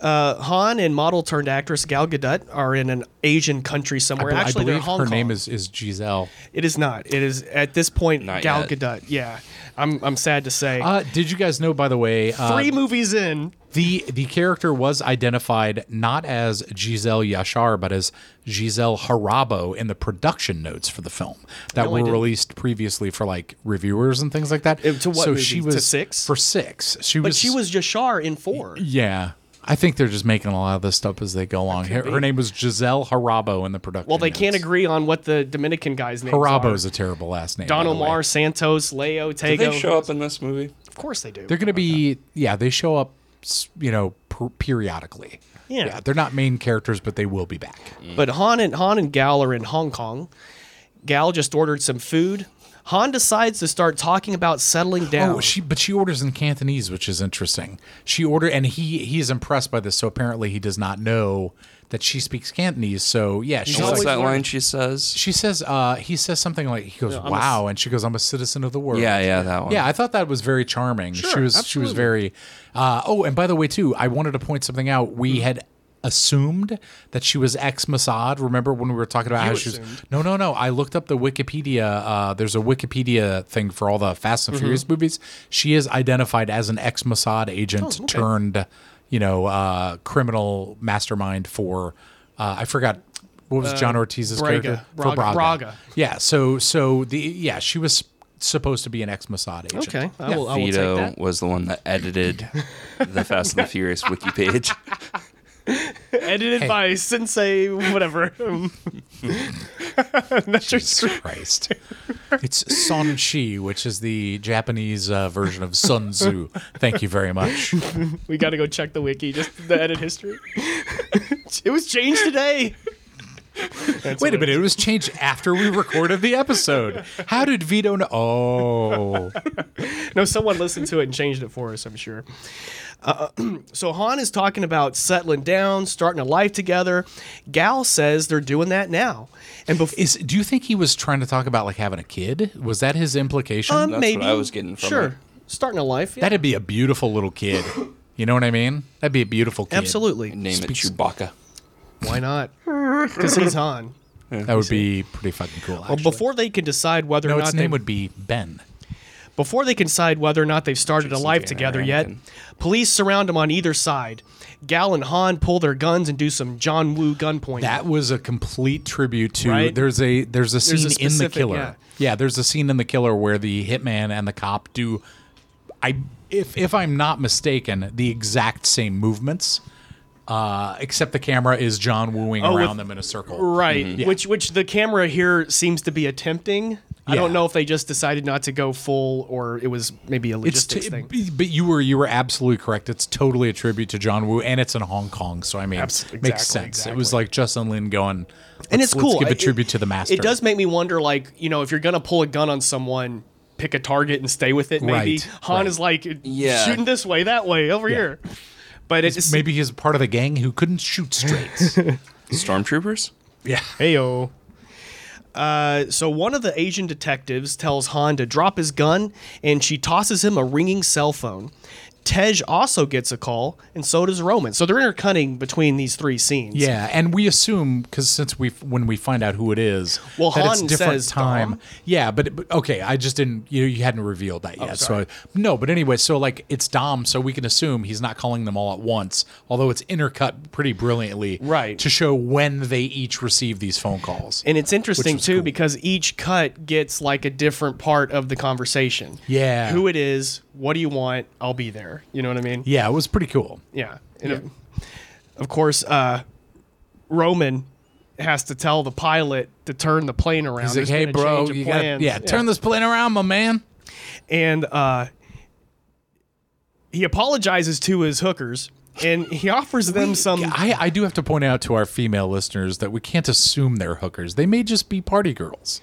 Han and model turned actress Gal Gadot are in an Asian country somewhere. Well, Actually, I they're believe in Hong her Kong. name is, is Giselle. It is not. It is at this point Not Gal yet. Gadot. Yeah, I'm I'm sad to say. Uh, did you guys know, by the way, uh, Three movies in. the the character was identified not as Giselle Yashar, but as Giselle Harabo in the production notes for the film that were released previously for like reviewers and things like that. Uh, to what so movie? she To was six? for six. She But was she was Yashar in four. yeah. I think they're just making a lot of this stuff as they go along. Her, her name was Giselle Harabo in the production. Well, they can't notes. agree on what the Dominican guy's name. Harabo Harabo's is a terrible last name. Don by the way. Omar, Santos, Leo, Did they Tego. show up in this movie? Of course they do. They're going to be yeah. They show up, s- you know, per- periodically. Yeah. they're not main characters, but they will be back. But Han and Han and Gal are in Hong Kong. Gal just ordered some food. Han decides to start talking about settling down. Oh, she but she orders in Cantonese, which is interesting. She ordered, and he he is impressed by this. So apparently, he does not know that she speaks Cantonese. So yeah, she's And what's like, that line she says? she says uh, he says something like he goes I'm a wow, and she goes I'm a citizen of the world. Yeah, yeah, that one. Yeah, I thought that was very charming. she Sure, was she was absolutely. very. Uh, oh, and by the way, too, I wanted to point something out. Mm-hmm. We had assumed that she was ex Mossad. Remember when we were talking about how she was? No, no, no. I looked up the Wikipedia. Uh, there's a Wikipedia thing for all the Fast Mm-hmm. and Furious movies. She is identified as an ex Mossad agent Oh, turned, you know, uh, criminal mastermind for. Uh, I forgot. What was Uh, John Ortiz's Braga. character Braga. Braga. Yeah, so so the yeah she was supposed to be an ex Mossad agent. okay, I will. I will take Vito that. was the one that edited the Fast and the Furious wiki page. Edited by Sensei, whatever. Jesus Christ. It's Sun Shi, which is the Japanese uh, version of Sun Tzu. Thank you very much. we got to go check the wiki, just the edit history. it was changed today. Wait a minute, it was changed after we recorded the episode. How did Vito know? Oh. No, someone listened to it and changed it for us, I'm sure. Uh, so Han is talking about settling down, starting a life together. Gal says they're doing that now. And before. Is do you think he was trying to talk about like having a kid? Was that his implication? Um, That's maybe. what I was getting from Sure. it. Starting a life. Yeah. That'd be a beautiful little kid. You know what I mean? That'd be a beautiful kid. Absolutely. Name Speaks- it Chewbacca. Why not? Because he's Han. That would be pretty fucking cool. Well, actually. before they can decide whether no, or its not name they, would be Ben. before they can decide whether or not they've started a Jason life Tanner together Rankin. yet, police surround them on either side. Gal and Han pull their guns and do some John Woo gunpoint. That was a complete tribute to. Right? There's a there's a scene a in the specific- killer. yeah. Yeah. there's a scene in the killer where the hitman and the cop do, I if if I'm not mistaken, the exact same movements, uh, except the camera is John wooing Oh, with- around them in a circle. right, Mm-hmm. which which the camera here seems to be attempting. I don't Yeah. know if they just decided not to go full or it was maybe a It's logistics t- thing. but you were you were absolutely correct. It's totally a tribute to John Woo, and it's in Hong Kong, so I mean, Abs- makes exactly, sense. It was like Justin Lin going, and "Let's- it's cool. Let's give a It- tribute to the master. It does make me wonder, like you know, if you're gonna pull a gun on someone, pick a target and stay with it. Maybe Right, Han right. is like Yeah. shooting this way, that way, over here. But it's Maybe he's part of the gang who couldn't shoot straight. Stormtroopers? yeah. heyo. Uh, so one of the Asian detectives tells Han to drop his gun, and she tosses him a ringing cell phone. Tej also gets a call, and so does Roman. So they're intercutting between these three scenes. Yeah, and we assume because since we when we find out who it is, Well, that it's Han different says time. Dom. Yeah, but, but okay, I just didn't you you hadn't revealed that Oh, yet. so I, no, but anyway, so like it's Dom, so we can assume he's not calling them all at once, although it's intercut pretty brilliantly, Right. to show when they each receive these phone calls. And it's interesting was too cool. because each cut gets like a different part of the conversation. Yeah. Who it is, what do you want? I'll be there. You know what I mean? yeah, it was pretty cool. Yeah. And Of, of course, uh, Roman has to tell the pilot to turn the plane around. He's like, There's hey, been a bro, change of you gotta, yeah, plans." turn this plane around, my man. And uh, he apologizes to his hookers and he offers them some. I, I do have to point out to our female listeners that we can't assume they're hookers. They may just be party girls,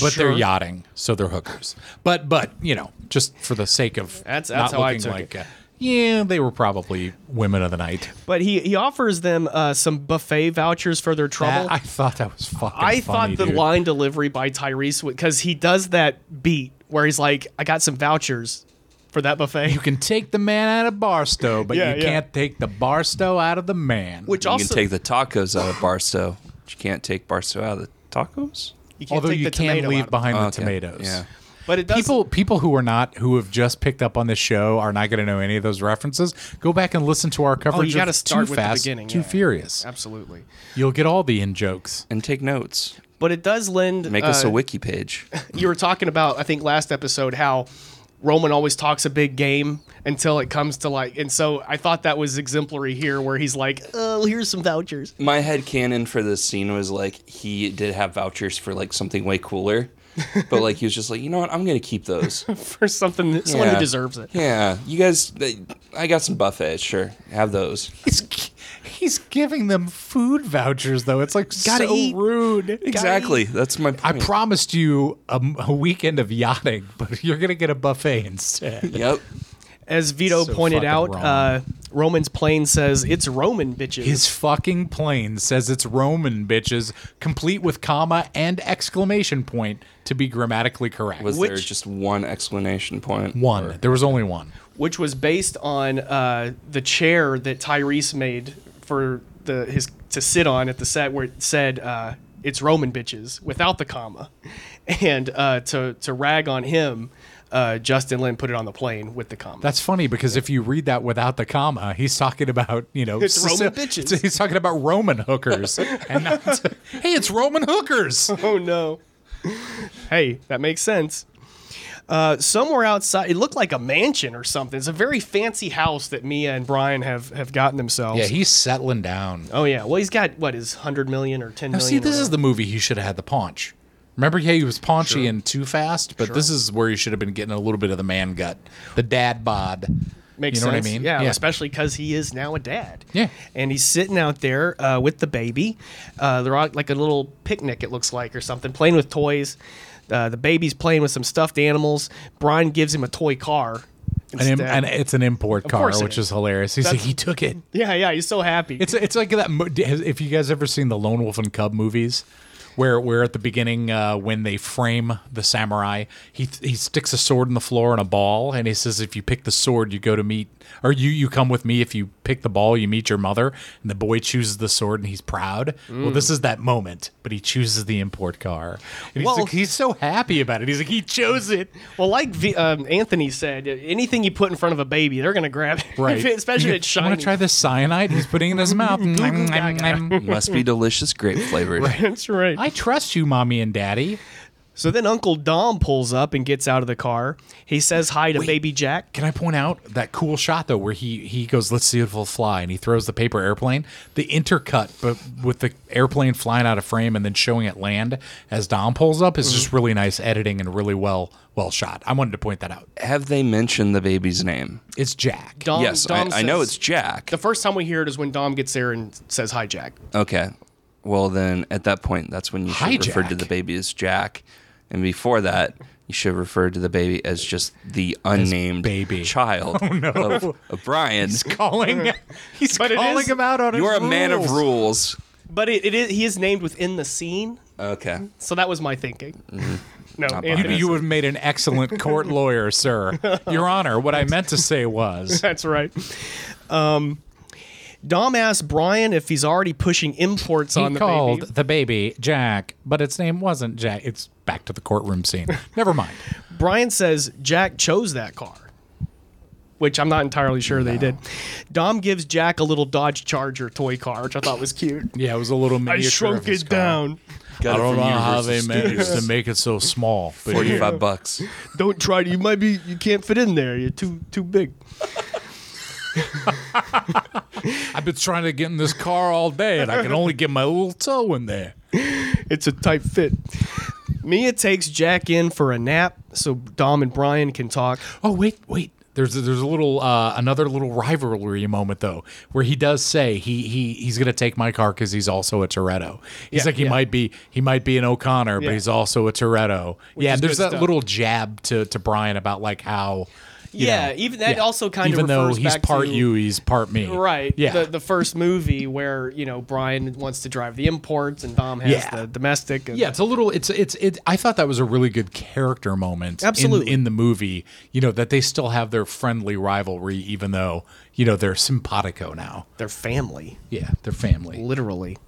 but Sure. they're yachting, so they're hookers. But but you know, just for the sake of That's- that's not how I looking took like it. uh, yeah, they were probably women of the night. But he, he offers them uh, some buffet vouchers for their trouble. That- I thought that was fucking. Uh, I funny, thought the dude. line delivery by Tyrese because he does that beat where he's like, "I got some vouchers for that buffet," You can take the man out of Barstow, but Yeah, you yeah. can't take the Barstow out of the man. which You also can take the tacos out of Barstow. But you can't take Barstow out of the tacos. you can't although take you the can tomato out leave of- behind Oh, the okay. tomatoes. Yeah. But it does. People, people who are not who have just picked up on this show are not going to know any of those references. Go back and listen to our coverage. gotta of start Too with the fast, beginning, Too yeah. furious. absolutely. You'll get all the in jokes. And take notes. But it does lend. Make us uh, a wiki page. You were talking about, I think, last episode how Roman always talks a big game until it comes to like, and so I thought that was exemplary here, where he's like, "Oh, here's some vouchers." My head canon for this scene was like he did have vouchers for like something way cooler. But like he was just like, you know what, I'm gonna keep those. for something someone Yeah. who deserves it. Yeah, you guys. they- I got some buffets. Sure, have those. He's he's giving them food vouchers though. It's like Gotta so eat. rude. Exactly. That's my. Point. I promised you a, m- a weekend of yachting, but you're gonna get a buffet instead. yep. As Vito So pointed fucking out, wrong. uh, Roman's plane says it's Roman bitches. His fucking plane says it's Roman bitches, complete with comma and exclamation point to be grammatically correct. Was there Which- just one explanation point? one. There was only one. which was based on uh, the chair that Tyrese made for the his to sit on at the set where it said uh, it's Roman bitches without the comma, and uh, to to rag on him, uh, Justin Lin put it on the plane with the comma. That's funny because if you read that without the comma, he's talking about you know It's Roman Sicil- bitches. He's talking about Roman hookers, and not, hey, it's Roman hookers. oh no. hey, that makes sense. Uh, somewhere outside, it looked like a mansion or something. It's a very fancy house that Mia and Brian have have gotten themselves. Yeah, he's settling down. oh yeah. Well, he's got what is hundred million or ten Now, million. see, this or- is the movie he should have had the paunch. Remember, yeah, he was paunchy and too fast, but this is where he should have been getting a little bit of the man gut, the dad bod. Makes you know sense. what I mean? Yeah, especially because he is now a dad. Yeah. and he's sitting out there uh, with the baby. Uh, they're on like a little picnic, it looks like, or something, playing with toys. Uh, the baby's playing with some stuffed animals. Brian gives him a toy car. An im- instead. and it's an import car, course it which is. is hilarious. He's like, he took it. yeah, yeah, he's so happy. It's it's like that. mo- If you guys ever seen the Lone Wolf and Cub movies, where where at the beginning uh, when they frame the samurai, he he sticks a sword in the floor and a ball, and he says, "If you pick the sword, you go to meet, or you you come with me. If you pick the ball, you meet your mother." And the boy chooses the sword, and he's proud. Well, this is that moment, but he chooses the import car, and he's Well- like, he's so happy about it. He's like, he chose it. well, like v- um, Anthony said, anything you put in front of a baby, they're gonna grab it. Right, Especially if it's shiny. Want to try this cyanide? He's putting it in his mouth. Must be delicious grape flavored. That's right. I trust you, mommy and daddy. so then Uncle Dom pulls up and gets out of the car. He says hi to Baby Jack. Can I point out that cool shot though, where he he goes, "Let's see if it'll fly," and he throws the paper airplane. The intercut, but with the airplane flying out of frame and then showing it land as Dom pulls up, is Mm-hmm. just really nice editing and really well well shot. I wanted to point that out. Have they mentioned the baby's name? It's Jack. Dom, yes, Dom I, I know Um, says- it's Jack. The first time we hear it is when Dom gets there and says hi, Jack. Okay. Well, then at that point, that's when you should Hi, refer to Jack. the baby as Jack. And before that, you should refer to the baby as just the unnamed baby. child of, of Brian. calling. He's But it calling is- him out on. You his are a man of rules. But it, it is, he is named within the scene, Okay. so that was my thinking. Mm-hmm. No, Not Anthony- bad. You have made an excellent court lawyer, sir. Your Honor, what I meant to say was that's right. Um, Dom asks Brian if he's already pushing imports on he the called baby. the baby Jack, but its name wasn't Jack. It's back to the courtroom scene. Never mind. Brian says Jack chose that car, which I'm not entirely sure they did. Dom gives Jack a little Dodge Charger toy car, which I thought was cute. Yeah, it was a little I miniature. of shrunk his it car. down. Got I it don't from know how they Universal managed Studios. to make it so small. But yeah. 45 bucks. Don't try to. You might be. You can't fit in there. You're too too big. I've been trying to get in this car all day, and I can only get my little toe in there. It's a tight fit. Mia takes Jack in for a nap so Dom and Brian can talk. Oh wait, wait. There's a, there's a little uh, another little rivalry moment though, where he does say he he he's gonna take my car because he's also a Toretto. He's Yeah, like he yeah. might be he might be an O'Connor, Yeah. but he's also a Toretto. yeah, is and there's good that stuff. little jab to to Brian about like how. yeah, know, even that yeah. also kind even of though refers he's back part to, you, he's part me. right? Yeah. the, the first movie where you know Brian wants to drive the imports and Dom has Yeah. the domestic. And, yeah, it's a little. It's it's it. I thought that was a really good character moment. in- Absolutely. in, the movie, you know that they still have their friendly rivalry, even though you know they're simpatico now. their family. Yeah, they're family. literally.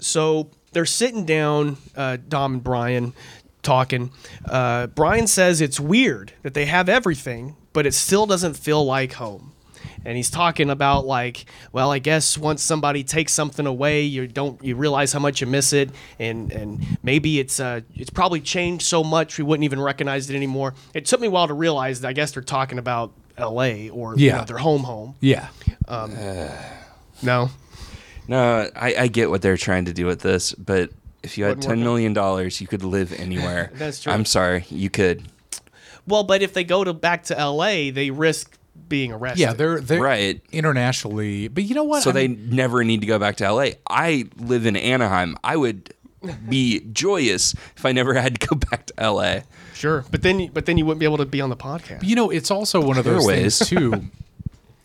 So they're sitting down, uh, Dom and Brian, talking. Uh, Brian says it's weird that they have everything, but it still doesn't feel like home. And he's talking about like, well, I guess once somebody takes something away, you don't you realize how much you miss it, and and maybe it's uh it's probably changed so much we wouldn't even recognize it anymore. It took me a while to realize that I guess they're talking about L.A. or you Yeah. know, their home home. Yeah, No, No, I, I get what they're trying to do with this, but if you had Wouldn't work ten million dollars, you could live anywhere. That's true. I'm sorry, you could. Well, but if they go to back to L.A., they risk being arrested. yeah, they're they're Right. internationally, but you know what? So I mean- they never need to go back to LA. I live in Anaheim. I would be joyous if I never had to go back to LA. sure. But then, but then you wouldn't be able to be on the podcast. You know, it's also one of those Clearways. things too,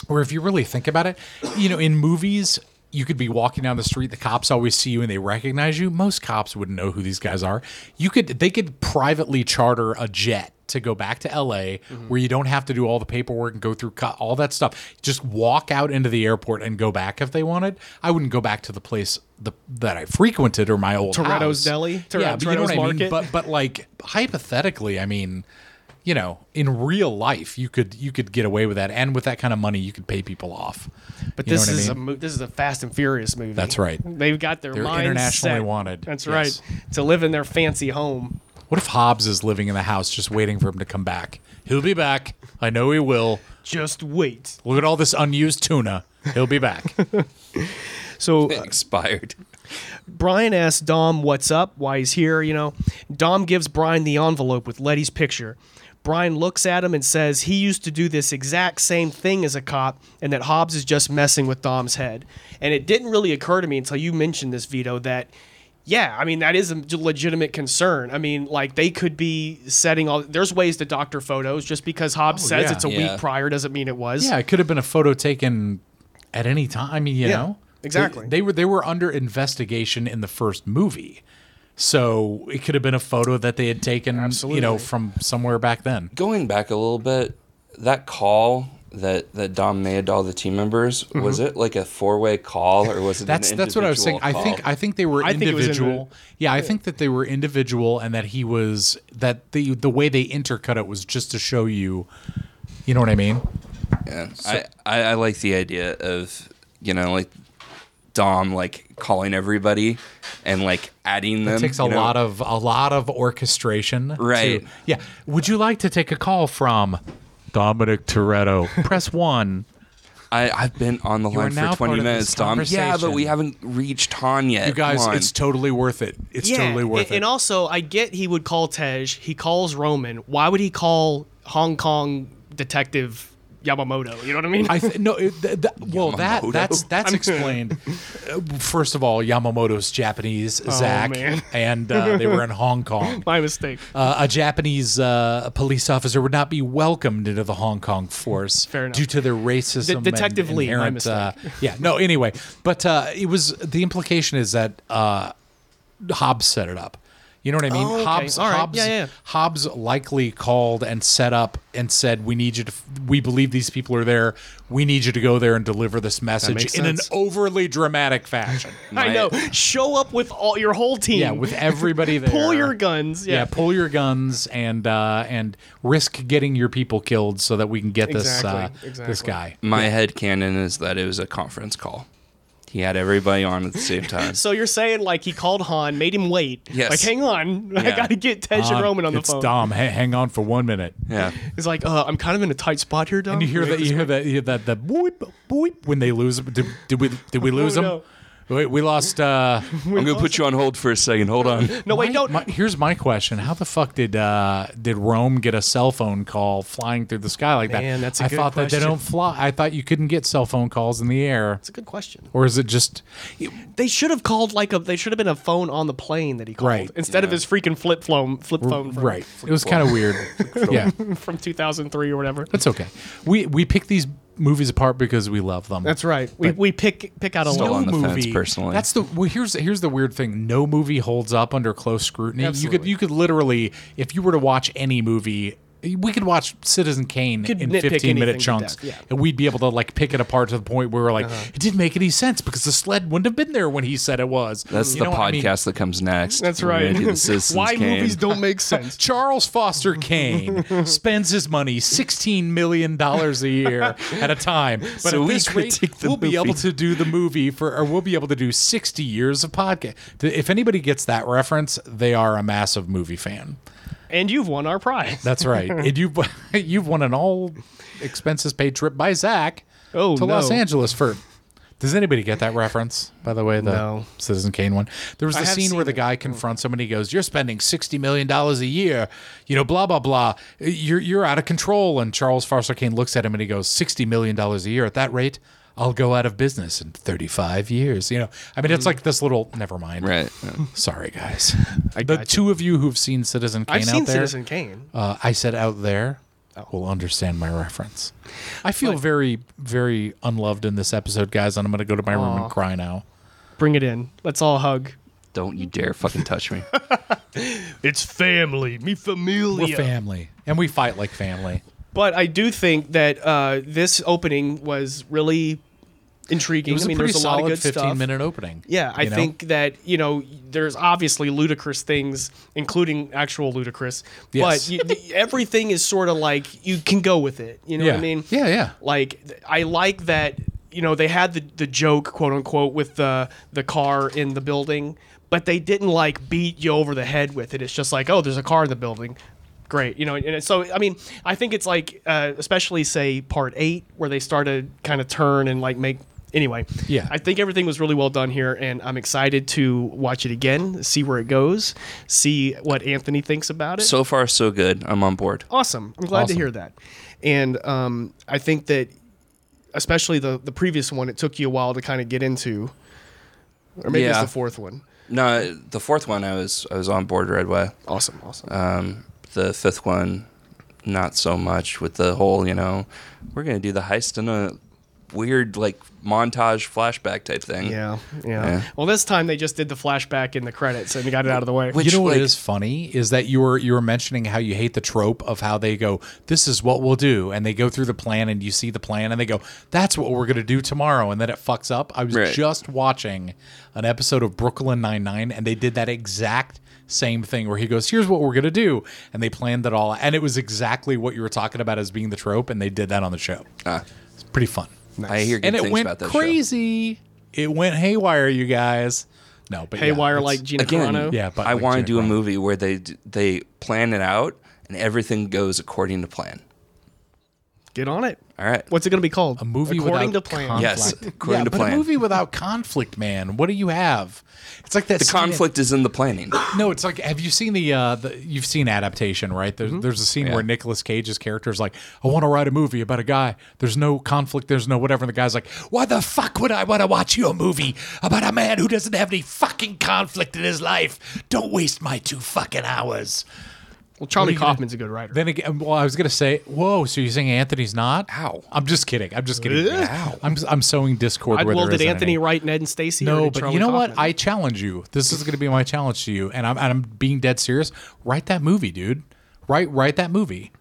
where if you really think about it, you know, in movies. You could be walking down the street. The cops always see you and they recognize you. Most cops wouldn't know who these guys are. You could, they could privately charter a jet to go back to LA, where you don't have to do all the paperwork and go through co- all that stuff. Just walk out into the airport and go back if they wanted. I wouldn't go back to the place the, that I frequented or my old Toretto's house. Deli? Tor- yeah, but you know Toretto's what I mean. Market? But but like hypothetically, I mean, you know, in real life, you could you could get away with that, and with that kind of money, you could pay people off. But You know this what I is a mean? mo- this is a Fast and Furious movie. That's right. They've got their They're minds internationally set. wanted. That's Yes. right. To live in their fancy home. What if Hobbs is living in the house, just waiting for him to come back? He'll be back. I know he will. Just wait. Look at all this unused tuna. He'll be back. So uh, Expired. Brian asks Dom what's up, why he's here, you know. Dom gives Brian the envelope with Letty's picture. Brian looks at him and says he used to do this exact same thing as a cop and that Hobbs is just messing with Dom's head. And it didn't really occur to me until you mentioned this, Vito, that, yeah, I mean, that is a legitimate concern. I mean, like, they could be setting all. There's ways to doctor photos. Just because Hobbs says Oh, yeah. it's a Yeah. week prior doesn't mean it was. yeah, it could have been a photo taken at any time. I mean, you Yeah, know, exactly. They, they were they were under investigation in the first movie. So it could have been a photo that they had taken, you know, Absolutely. from somewhere back then. Going back a little bit, that call that, that Dom made to all the team members, was it like a four way call or was it That's an that's what I was saying. individual I think call? I think they were I think it was in the- individual. yeah, I think that they were individual, and that he was that the the way they intercut it was just to show you, you know what I mean? Yeah. I, I, I like the idea of, you know, like Dom like calling everybody and like adding them. It takes a you know? lot of a lot of orchestration. to- Right. yeah. Would you like to take a call from Dominic Toretto? Press one. I, I've been on the line now for 20 part of this minutes, Dom. Yeah, but we conversation. haven't reached Han yet. You guys, Come on. it's totally worth it. It's totally and- worth and, it. also, I get he would call Tej. He calls Roman. Why would he call Hong Kong detective Yamamoto? You know what I mean? I th- no, it, th- th- well that Yamamoto? that's that's explained. Uh, First of all, Yamamoto's Japanese, Zach, man. and uh, they were in Hong Kong. My mistake. Uh, a Japanese uh, police officer would not be welcomed into the Hong Kong force Fair enough. due to their racism. and Detective Lee, my inherent, mistake. uh, yeah, no. Anyway, but uh, it was the implication is that uh, Hobbs set it up. You know what I mean? Oh, okay. Hobbs, All right. Hobbs, Yeah, yeah. Hobbs likely called and set up and said, "We need you to. We believe these people are there. We need you to go there and deliver this message makes in sense. an overly dramatic fashion." I my- know. Show up with all your whole team. yeah, with everybody there. pull your guns. Yeah. Yeah. pull your guns and uh, and risk getting your people killed so that we can get this uh, Exactly, exactly. this guy. My head canon is that it was a conference call. He had everybody on at the same time. So you're saying like he called Han, made him wait. Yes. Like, hang on, I Yeah. gotta get Tej and Roman on the it's phone. Dom. Ha- hang on for one minute. Yeah. He's like, uh, I'm kind of in a tight spot here, Dom. And you hear that you hear that you hear that the boop boop when they lose him. Did, did we did we lose Oh, him? no. Wait, we lost. Uh, I'm gonna put you on hold for a second. Hold on. No, wait, my- don't. my- here's my question: How the fuck did uh, did Rome get a cell phone call flying through the sky like that? Man, that's a I good thought that they question. don't fly. I thought you couldn't get cell phone calls in the air, That's a good question. or is it just? They should have called like a. They should have been a phone on the plane that he called Right. instead of his freaking flip phone, flip phone, from, Right. It was kind of weird. yeah, from 2003 or whatever. that's okay. We we pick these movies apart because we love them. That's right. We, we pick pick out a Still little. on the fence, personally. That's the well. Here's here's the weird thing. No movie holds up under close scrutiny. You could Absolutely. you could literally, if you were to watch any movie, we could watch Citizen Kane Could in nitpick fifteen minute anything to chunks, death, yeah. Uh-huh. and we'd be able to like pick it apart to the point where we're like, it didn't make any sense because the sled wouldn't have been there when he said it was. That's You the know what I mean? podcast that comes next. That's We're right. gonna do the Citizens Why Kane. movies don't make sense? Charles Foster Kane spends his money sixteen million dollars a year at a time. But So at we this rate, critique the we'll be movie. able to do the movie for, or we'll be able to do sixty years of podcast. If anybody gets that reference, they are a massive movie fan. and you've won our prize. That's right, and you've you've won an all expenses paid trip by Zach Oh, to Los no. Angeles for. Does anybody get that reference? By the way, the No. Citizen Kane one. There was the have scene seen where the it. guy confronts him and he goes, "You're spending sixty million dollars a year, you know, blah blah blah. You're you're out of control." And Charles Foster Kane looks at him and he goes, 60 million dollars a year at that rate." I'll go out of business in 35 years. You know, I Mm. mean, it's like this little. Never mind. Right. Yeah. Sorry, guys. the gotcha. two of you who've seen Citizen Kane I've seen out there, Citizen Kane. uh, I said out there will understand my reference. I feel very, very unloved in this episode, guys, and I'm going to go to my room and cry now. Bring it in. Let's all hug. Don't you dare fucking touch me. It's family, me We're familia. family, and we fight like family. but I do think that uh, this opening was really intriguing. It was I mean, a pretty there's a lot solid of good 15 stuff. minute opening. Yeah, I you know? think that you know there's obviously ludicrous things, including actual ludicrous. Yes. But you, the- everything is sort of like you can go with it. You know Yeah. what I mean? Yeah, yeah. Like th- I like that. You know they had the, the joke, quote unquote, with the the car in the building, but they didn't like beat you over the head with it. It's just like, oh, there's a car in the building. Great, you know, and it's- so I mean, I think it's like, uh, especially say part eight, where they started kind of turn and like make. Anyway, Yeah. I think everything was really well done here, and I'm excited to watch it again, see where it goes, see what Anthony thinks about it. so far, so good. I'm on board. awesome! I'm glad to Awesome. hear that, and um, I think that especially the the previous one, it took you a while to kind of get into, or maybe it's Yeah. the fourth one. No, the fourth one, I was I was on board right away. Awesome, awesome. Um, the fifth one, not so much with the whole, you know, we're gonna do the heist in a weird like montage flashback type thing. yeah, yeah, yeah. Well, this time they just did the flashback in the credits and got it out of the way. Which- You know what like- is funny is that you were you were mentioning how you hate the trope of how they go, this is what we'll do, and they go through the plan, and you see the plan, and they go, that's what we're gonna do tomorrow, and then it fucks up. I was Right. just watching an episode of Brooklyn Nine Nine, and they did that exact same thing where he goes, here's what we're gonna do, and they planned it all, and it was exactly what you were talking about as being the trope, and they did that on the show. Ah, It's pretty fun, I hear good and it things went about that show. crazy. It went haywire, you guys. No, but yeah, Haywire it's- like Gina Again, Carano. Yeah, but I like want to Jack do a Ryan. movie where they d- they plan it out and everything goes according to plan. Get on it. All right. What's it going to be called? A movie according to without plan. conflict. Yes, according yeah, to but plan. a movie without conflict, man. What do you have? It's like that The conflict is in the planning. No, it's like have you seen the uh the, you've seen adaptation, right? There's there's a scene Mm-hmm. Yeah. where Nicolas Cage's character is like, I want to write a movie about a guy. There's no conflict, there's no whatever. And the guy's like, Why the fuck would I want to watch you a movie about a man who doesn't have any fucking conflict in his life? Don't waste my two fucking hours. Well, Charlie you gonna- Kaufman's a good writer. Then again, well, I was gonna say, whoa. So you're saying Anthony's not? Ow. I'm just kidding. I'm just kidding. Ugh. Ow. I'm I'm sowing discord. I'd- where well, there did isn't Anthony any. write Ned and Stacy? or No, did but Charlie you know what? Kaufman? I challenge you. This is going to be my challenge to you, and I'm and I'm being dead serious. Write that movie, dude. Write write that movie.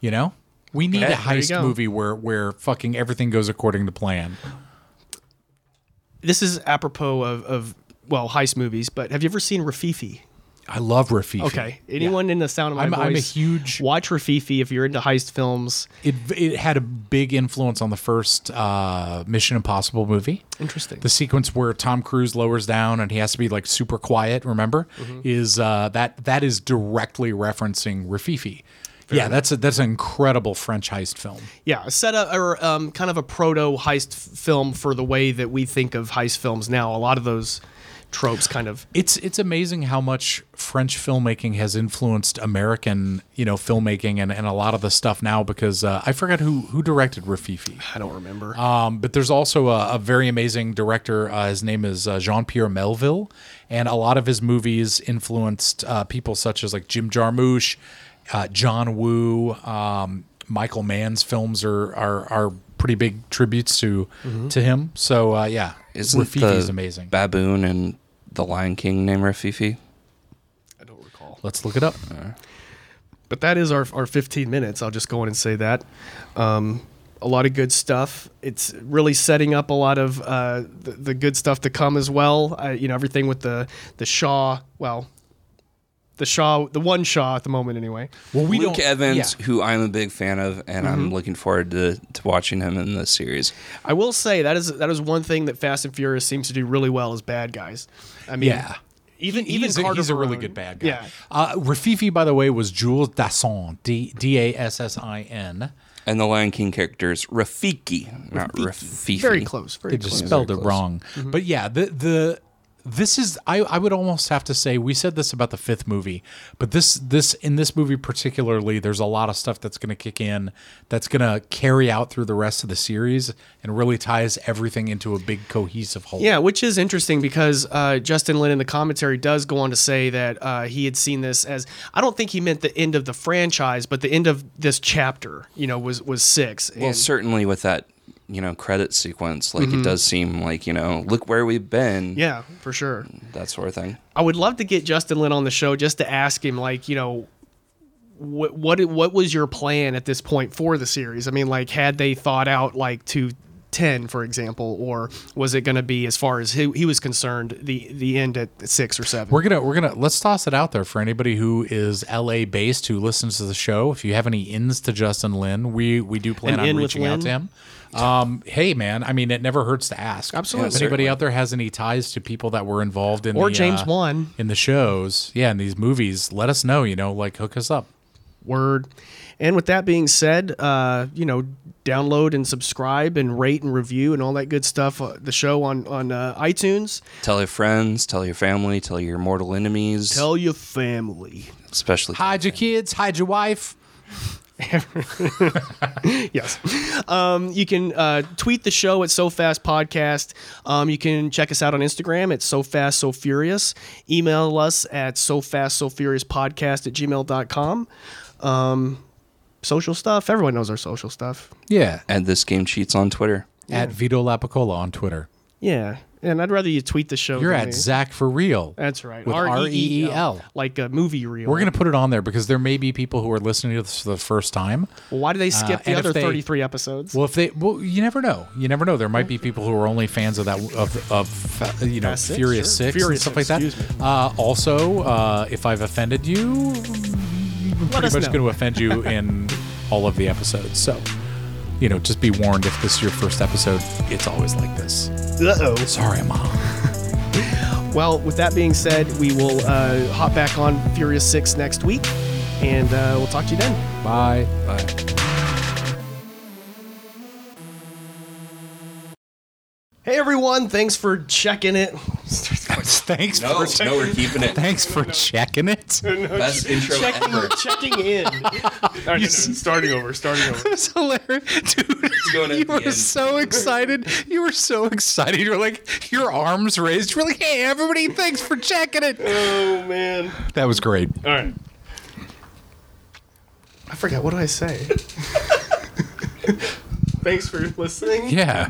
You know, we need Okay, a there you heist go. movie where where fucking everything goes according to plan. this is apropos of, of well heist movies, but have you ever seen Rafifi? I love Rafifi. Okay, anyone in the sound of my I'm- voice, I'm a huge- watch Rafifi if you're into heist films. It it had a big influence on the first uh, Mission Impossible movie. Interesting. The sequence where Tom Cruise lowers down and he has to be like super quiet, remember? Is uh, that that is directly referencing Rafifi. yeah, that's a, that's an incredible French heist film. Yeah, set up or um, kind of a proto heist f- film for the way that we think of heist films now. A lot of those tropes kind of It's it's amazing how much French filmmaking has influenced American, you know, filmmaking and, and a lot of the stuff now because uh, I forgot who who directed Rafifi. I don't remember. Um, but there's also a, a very amazing director. Uh, his name is uh, Jean Pierre Melville, and a lot of his movies influenced uh, people such as like Jim Jarmusch, uh, John Woo, um, Michael Mann's films are are, are pretty big tributes to to him. So uh, yeah, Isn't Rafifi is the amazing. Baboon and the Lion King name Rafifi? I don't recall. Let's look it up. But that is our, our 15 minutes. I'll just go in and say that. Um, a lot of good stuff. It's really setting up a lot of uh, the, the good stuff to come as well. Uh, you know, everything with the, the Shaw, well, the Shaw, the one Shaw at the moment, anyway. Well, we Luke don't. Evans, yeah. who I'm a big fan of, and I'm looking forward to, to watching him in this series. I will say that is that is one thing that Fast and Furious seems to do really well is bad guys. I mean, Yeah. even He- even he's, a- Carter he's a really Verone. good bad guy. Yeah, Uh, Rafifi, by the way, was Jules Dassin, D D A S S I N. And the Lion King character is Rafiki, not Rafifi. very close. Very They just close. Mm-hmm. spelled it wrong. But yeah, the the this is I, I would almost have to say we said this about the fifth movie, but this this in this movie particularly, there's a lot of stuff that's gonna kick in that's gonna carry out through the rest of the series and really ties everything into a big cohesive whole. Yeah, which is interesting because uh, Justin Lin in the commentary does go on to say that uh, he had seen this as I don't think he meant the end of the franchise, but the end of this chapter. You know, was was six. Well, and, certainly with that, you know, credit sequence, like it does seem like you know, look where we've been, yeah, for sure. that sort of thing. I would love to get Justin Lin on the show just to ask him, like, you know, what what what was your plan at this point for the series? I mean, like, had they thought out like to ten, for example, or was it going to be as far as he, he was concerned the the end at six or seven? We're gonna we're gonna let's toss it out there for anybody who is LA based who listens to the show. If you have any ins to Justin Lin, we we do plan An on in with reaching out to him. Um, hey man, I mean it never hurts to ask. Absolutely. If anybody out there has any ties to people that were involved in Or the, James uh, Wan. in the shows, yeah, in these movies, let us know. You know, like hook us up. Word. And with that being said, uh, you know, download and subscribe and rate and review and all that good stuff. Uh, the show on on uh, iTunes. Tell your friends, tell your family, tell your mortal enemies, Tell your family. especially Hide your kids, hide your wife. yes. Um, you can uh, tweet the show at So Fast Podcast. Um, you can check us out on Instagram at So Fast So Furious. Email us at So Fast So Furious Podcast at gmail.com. Um, social stuff. Everyone knows our social stuff. Yeah, And this game cheats on Twitter. at Vito Lapicola on Twitter. Yeah. And I'd rather you tweet the show. You're than at me. Zach for real. That's right. With R E E L. Like a movie reel. We're gonna put it on there because there may be people who are listening to this for the first time. Well, why do they skip the Uh, and if other they- 33 episodes? Well, if they, well, you never know. You never know. There might be people who are only fans of that, of, of you know, Fast Six, Furious sure. Six Furious and Six, stuff like excuse that. Uh, also, uh, if I've offended you, I'm pretty us much know. going to offend you in all of the episodes. So, you know, just be warned. If this is your first episode, it's always like this. Uh oh. Sorry, mom. Well, with that being said, we will uh, hop back on Furious 6 next week, and uh, we'll talk to you then. Bye. Bye. Hey everyone, thanks for checking it. thanks No, for no, we're keeping it. thanks for checking it. Best intro ever. checking in. starting over, starting over. It's hilarious, dude. going at you the were end. so excited. You were so excited. You're like your arms raised. You're like, hey, everybody, thanks for checking it. Oh man. That was great. All right. I forgot what do I say. thanks for listening. Yeah.